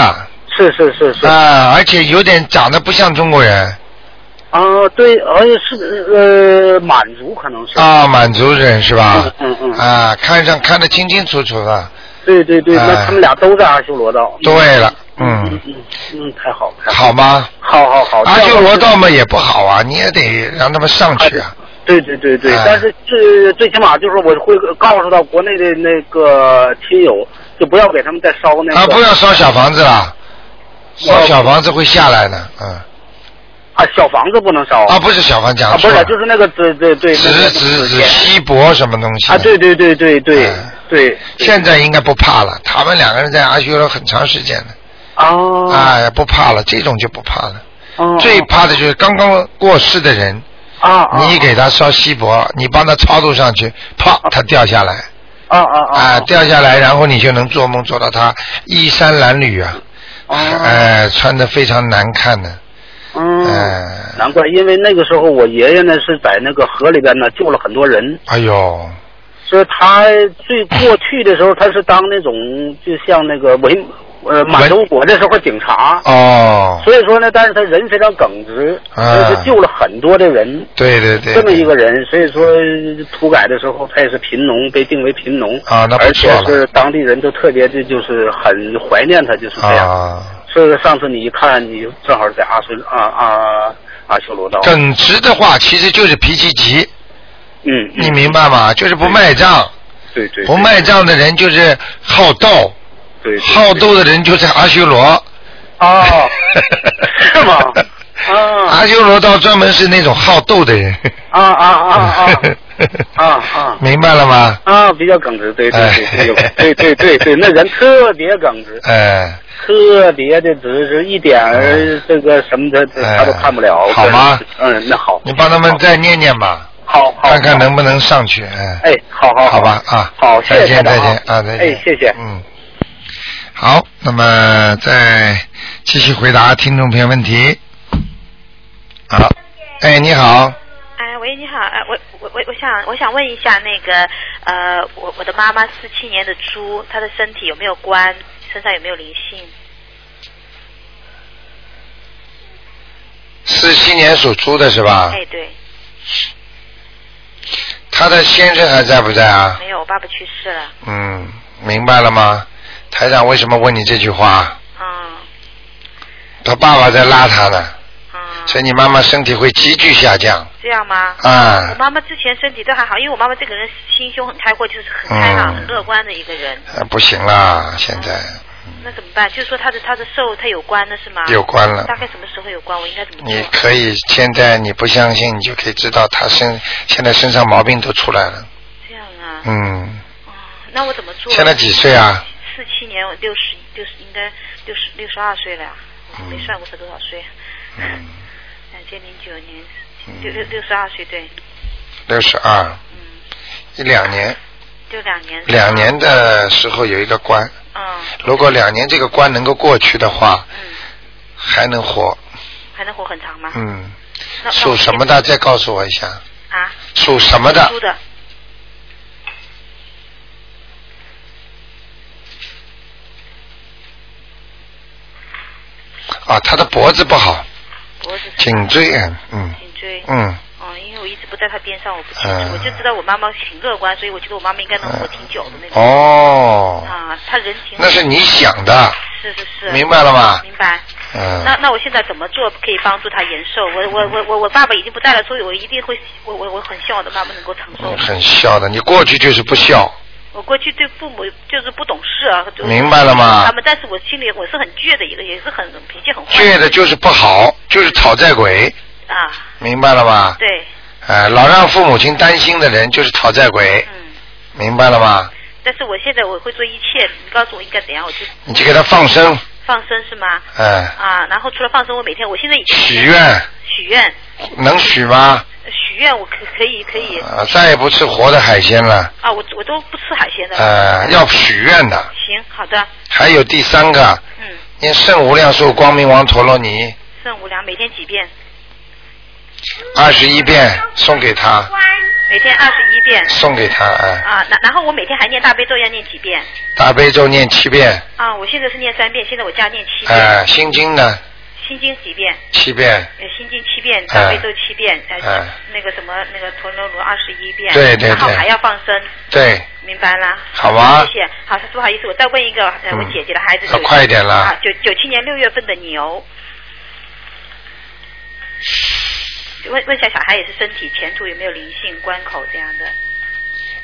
Speaker 6: 是是是是
Speaker 1: 啊，而且有点长得不像中国人
Speaker 6: 啊，对，好像是呃满族可能是
Speaker 1: 啊，满族人是吧？
Speaker 6: 嗯嗯嗯，
Speaker 1: 啊，看上看得清清楚楚的。
Speaker 6: 对对对，那
Speaker 1: 哎
Speaker 6: 他们俩都在阿修罗道。
Speaker 1: 对了，
Speaker 6: 嗯
Speaker 1: 嗯，
Speaker 6: 嗯嗯，太好了，太
Speaker 1: 好吗？
Speaker 6: 好好好，
Speaker 1: 阿
Speaker 6: 这样
Speaker 1: 修罗
Speaker 6: 我知道
Speaker 1: 道嘛也不好啊，你也得让他们上去啊。
Speaker 6: 对对对对，
Speaker 1: 哎
Speaker 6: 但是最最起码就是我会告诉到国内的那个亲友，就不要给他们再烧那个
Speaker 1: 啊，不要烧小房子了，烧小房子会下来的，嗯。
Speaker 6: 啊小房子不能烧
Speaker 1: 啊，不是小房
Speaker 6: 啊
Speaker 1: 讲
Speaker 6: 不
Speaker 1: 错了
Speaker 6: 是，就是那个纸对对那
Speaker 1: 纸
Speaker 6: 个
Speaker 1: 纸
Speaker 6: 纸
Speaker 1: 纸
Speaker 6: 钱
Speaker 1: 锡箔什么东西的
Speaker 6: 啊对对对对对
Speaker 1: 哎
Speaker 6: 对，
Speaker 1: 现在应该不怕了，他们两个人在阿修罗很长时间了，
Speaker 6: 哦
Speaker 1: 哎，不怕了，这种就不怕了。
Speaker 6: 哦
Speaker 1: 最怕的就是刚刚过世的人，
Speaker 6: 啊啊
Speaker 1: 你给他烧锡箔，你帮他超度上去，啪，他掉下来，
Speaker 6: 啊啊啊
Speaker 1: 啊，掉下来，然后你就能做梦做到他衣衫褴褛啊，
Speaker 6: 哦
Speaker 1: 哎，穿的非常难看的，
Speaker 6: 嗯
Speaker 1: 哎，
Speaker 6: 难怪，因为那个时候我爷爷呢是在那个河里边呢救了很多人，
Speaker 1: 哎呦，
Speaker 6: 就是他 最过去的时候，他是当那种就像那个维呃满洲国的时候警察，
Speaker 1: 哦，
Speaker 6: 所以说呢，但是他人非常耿直，所
Speaker 1: 啊
Speaker 6: 以他救了很多的人，
Speaker 1: 对对对，
Speaker 6: 这么一
Speaker 1: 对
Speaker 6: 个人，所以说土改的时候他也是贫农，被定为贫农
Speaker 1: 啊那不
Speaker 6: 而
Speaker 1: 错
Speaker 6: 且
Speaker 1: 了
Speaker 6: 是当地人都特别的就是很怀念他，就是这样。
Speaker 1: 啊，
Speaker 6: 所以说上次你一看，你就正好在阿孙啊啊阿修罗道，
Speaker 1: 耿直的话其实就是脾气急，
Speaker 6: 嗯，嗯
Speaker 1: 你明白吗？就是不卖账，
Speaker 6: 对对，
Speaker 1: 不卖账的人就是好斗，
Speaker 6: 对对
Speaker 1: 好斗的人就在阿修罗。
Speaker 6: 哦，是吗？啊
Speaker 1: 阿修罗道专门是那种好斗的人。
Speaker 6: 啊啊啊 啊！啊啊
Speaker 1: 明白了吗？
Speaker 6: 啊，比较耿直，对对对对
Speaker 1: 哎
Speaker 6: 对对对对，那人特别耿直，
Speaker 1: 哎，
Speaker 6: 特别的直，是一点儿这个什么的
Speaker 1: 哎
Speaker 6: 他都看不了，
Speaker 1: 好吗
Speaker 6: 嗯，那好，
Speaker 1: 你帮他们再念念吧，
Speaker 6: 好好
Speaker 1: 看看能
Speaker 6: 好
Speaker 1: 不能上去。哎，
Speaker 6: 哎，好好
Speaker 1: 好吧啊，
Speaker 6: 好，谢
Speaker 1: 再
Speaker 6: 谢
Speaker 1: 见再
Speaker 6: 台长
Speaker 1: 见啊，再见。
Speaker 6: 哎，谢谢，
Speaker 1: 嗯，好，那么再继续回答听众朋友问题。好，哎，你好，
Speaker 7: 哎，喂，你好，哎，我我我我想我想问一下那个呃，我我的妈妈四七年的猪，她的身体有没有关，身上有没有灵性？
Speaker 1: 四七年属猪的是吧？
Speaker 7: 哎，对，
Speaker 1: 他的先生还在不在啊？
Speaker 3: 哎
Speaker 7: 没有，我爸爸去世了，
Speaker 1: 嗯，明白了吗？台长为什么问你这句话？
Speaker 7: 嗯
Speaker 1: 他爸爸在拉他呢，
Speaker 7: 嗯，
Speaker 1: 所以你妈妈身体会急剧下降
Speaker 7: 这样吗？我
Speaker 1: 啊。
Speaker 7: 妈妈之前身体都还好，因为我妈妈这个人心胸很开阔，就是很开朗、
Speaker 1: 嗯
Speaker 7: 很乐观的一个人。啊
Speaker 1: 啊不行啦，现在
Speaker 7: 那怎么办？就是说她的她的寿她有关的是吗？
Speaker 1: 有关了。
Speaker 7: 大概什么时候有关？我应该怎么
Speaker 1: 你
Speaker 7: 做？
Speaker 1: 可以现在你不相信，你就可以知道他身现在身上毛病都出来了。
Speaker 7: 这样啊，
Speaker 1: 嗯，
Speaker 7: 嗯，那我怎么做？
Speaker 1: 现在几岁啊？
Speaker 7: 四七年，我六十六十应该六十六十二岁了呀，我没算过是多少
Speaker 5: 啊
Speaker 7: 岁。
Speaker 1: 嗯，
Speaker 7: 两千零九年
Speaker 1: 嗯，
Speaker 7: 六六六十二岁，对，
Speaker 1: 六十二，
Speaker 7: 嗯，
Speaker 1: 一两年，
Speaker 7: 就两年。
Speaker 1: 两。年的时候有一个关，
Speaker 7: 嗯
Speaker 1: 如果两年这个关能够过去的话，
Speaker 7: 嗯，
Speaker 1: 还能活。
Speaker 7: 还能活很长吗？
Speaker 1: 嗯，
Speaker 7: 那那
Speaker 1: 属
Speaker 7: 我
Speaker 1: 什么的？再告诉我一下，
Speaker 7: 啊？
Speaker 1: 属什么的
Speaker 7: 猪？的。
Speaker 1: 啊，他的脖子不好，
Speaker 7: 脖子上。
Speaker 1: 颈椎，嗯嗯
Speaker 7: 颈椎。。
Speaker 1: 嗯，
Speaker 7: 哦，因为我一直不在他边上，我不清楚，
Speaker 1: 嗯
Speaker 7: 我就知道我妈妈挺乐观，所以我觉得我妈妈应该能活挺久的那种。
Speaker 1: 哦，
Speaker 7: 啊，她人挺好。
Speaker 1: 那是你想的，
Speaker 7: 是是是。
Speaker 1: 明白了吗？
Speaker 7: 明白。那
Speaker 1: 嗯，
Speaker 7: 那我现在怎么做可以帮助他延寿？我我我我我爸爸已经不在了，所以我一定会，我我我很希望我的妈妈能够长寿
Speaker 1: 你。很孝的，你过去就是不孝，
Speaker 7: 我过去对父母就是不懂事啊，就是
Speaker 1: 明白了吗
Speaker 7: 他们，但是我心里我是很倔的一个，也是很脾气很坏
Speaker 1: 倔的就是不好，就是讨债鬼，
Speaker 7: 啊。
Speaker 1: 明白了吗？
Speaker 7: 对，
Speaker 1: 哎，老让父母亲担心的人就是讨债鬼，
Speaker 7: 嗯，
Speaker 1: 明白了吗？
Speaker 7: 但是我现在我会做一切，你告诉我应该怎样，我就
Speaker 1: 你就给他放生，
Speaker 5: 放生是吗？
Speaker 1: 哎，
Speaker 5: 啊，然后除了放生，我每天我现在已经
Speaker 1: 许愿
Speaker 5: 许愿
Speaker 1: 能许吗？
Speaker 5: 许愿，我可可以可以
Speaker 1: 啊，再也不吃活的海鲜了。
Speaker 5: 啊，我我都不吃海鲜的。
Speaker 1: 呃，要许愿的。
Speaker 5: 行，好的，
Speaker 1: 还有第三个，
Speaker 5: 嗯，
Speaker 1: 念圣无量寿光明王陀罗尼
Speaker 5: 圣无量每天几遍？
Speaker 1: 二十一遍送给他，
Speaker 5: 每天二十一遍。
Speaker 1: 送给他，哎，
Speaker 5: 啊，然然后我每天还念大悲咒要念几遍？
Speaker 1: 大悲咒念七遍，
Speaker 5: 啊，我现在是念三遍，现在我加念七遍。
Speaker 1: 哎，心经呢
Speaker 5: 心经几遍？
Speaker 1: 七遍，
Speaker 5: 呃，心经七遍，大
Speaker 1: 嗯
Speaker 5: 悲咒七遍，呃，
Speaker 1: 哎
Speaker 5: 那个什么那个陀罗罗二十一遍，
Speaker 1: 对对
Speaker 5: 然后
Speaker 1: 对
Speaker 5: 还要放生，
Speaker 1: 对，
Speaker 5: 明白啦？
Speaker 1: 好吧
Speaker 5: 谢谢。好，不好意思，我再问一个，呃，
Speaker 1: 嗯
Speaker 5: 我姐姐的孩子
Speaker 1: 啊
Speaker 5: 九七，
Speaker 1: 快点啦
Speaker 5: 啊，九九七年六月份的牛，问问一下小孩也是身体前途有没有灵性关口这样的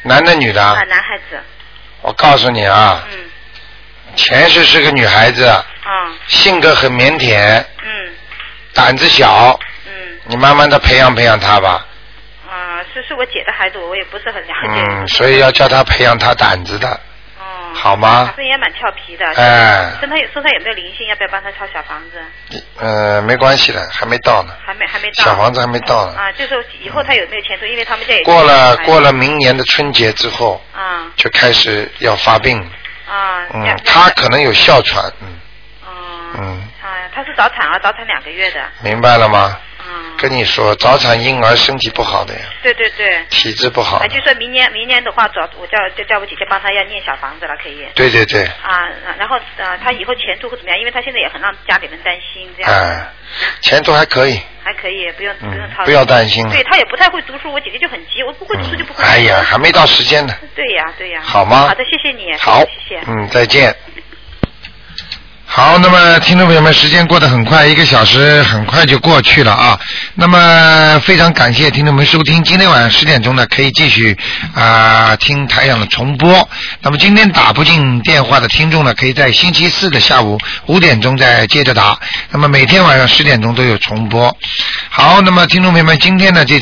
Speaker 1: 男的女的啊？
Speaker 5: 男孩子，
Speaker 1: 我告诉你啊，
Speaker 5: 嗯
Speaker 1: 前世是个女孩子，
Speaker 5: 啊
Speaker 1: 性格很腼腆，
Speaker 5: 嗯
Speaker 1: 胆子小，
Speaker 5: 嗯
Speaker 1: 你慢慢的培养培养她吧，
Speaker 5: 啊，是是我姐的孩子，我也不是很了解，
Speaker 1: 嗯，所以要叫她培养她胆子的，
Speaker 5: 哦，
Speaker 1: 好吗
Speaker 5: 反？正也蛮调皮的，
Speaker 1: 哎
Speaker 5: 身上有身上有没有灵性？要不要帮他抄小房子？
Speaker 1: 呃，没关系的，还没到呢，
Speaker 5: 还没还没到。
Speaker 1: 小房子还没到呢。
Speaker 5: 啊，就是以后他有没有前途？因为他们家也
Speaker 1: 过了过了明年的春节之后，
Speaker 5: 啊
Speaker 1: 就开始要发病，
Speaker 5: 啊，
Speaker 1: 嗯
Speaker 5: 要，
Speaker 1: 他可能有哮喘，嗯嗯，
Speaker 5: 啊，他是早产啊，早产两个月的，
Speaker 1: 明白了吗？
Speaker 5: 嗯，
Speaker 1: 跟你说，早产婴儿身体不好的呀，
Speaker 5: 对对对，
Speaker 1: 体质不好
Speaker 5: 啊，，就说明年明年的话，找我叫就叫我姐姐帮他要念小房子了，可以。
Speaker 1: 对对对，
Speaker 5: 啊，然后呃，他以后前途会怎么样？因为他现在也很让家里人担心，这样、
Speaker 1: 哎，前途还可以，
Speaker 5: 还可以，不用、
Speaker 1: 嗯
Speaker 5: 不用操心，
Speaker 1: 不要担心了
Speaker 5: 对他也不太会读书，我姐姐就很急，我不会读书就
Speaker 1: 嗯
Speaker 5: 不，会。
Speaker 1: 哎呀，还没到时间呢，
Speaker 5: 对呀，对呀。
Speaker 1: 好吗
Speaker 5: 好的，谢谢你。
Speaker 1: 好
Speaker 5: 谢谢，。
Speaker 1: 嗯，再见。好，那么听众朋友们，时间过得很快，一个小时很快就过去了啊。那么非常感谢听众们收听，今天晚上十点钟呢，可以继续啊、听台长的重播。那么今天打不进电话的听众呢，可以在星期四的下午五点钟再接着打。那么每天晚上十点钟都有重播。好，那么听众朋友们，今天呢这。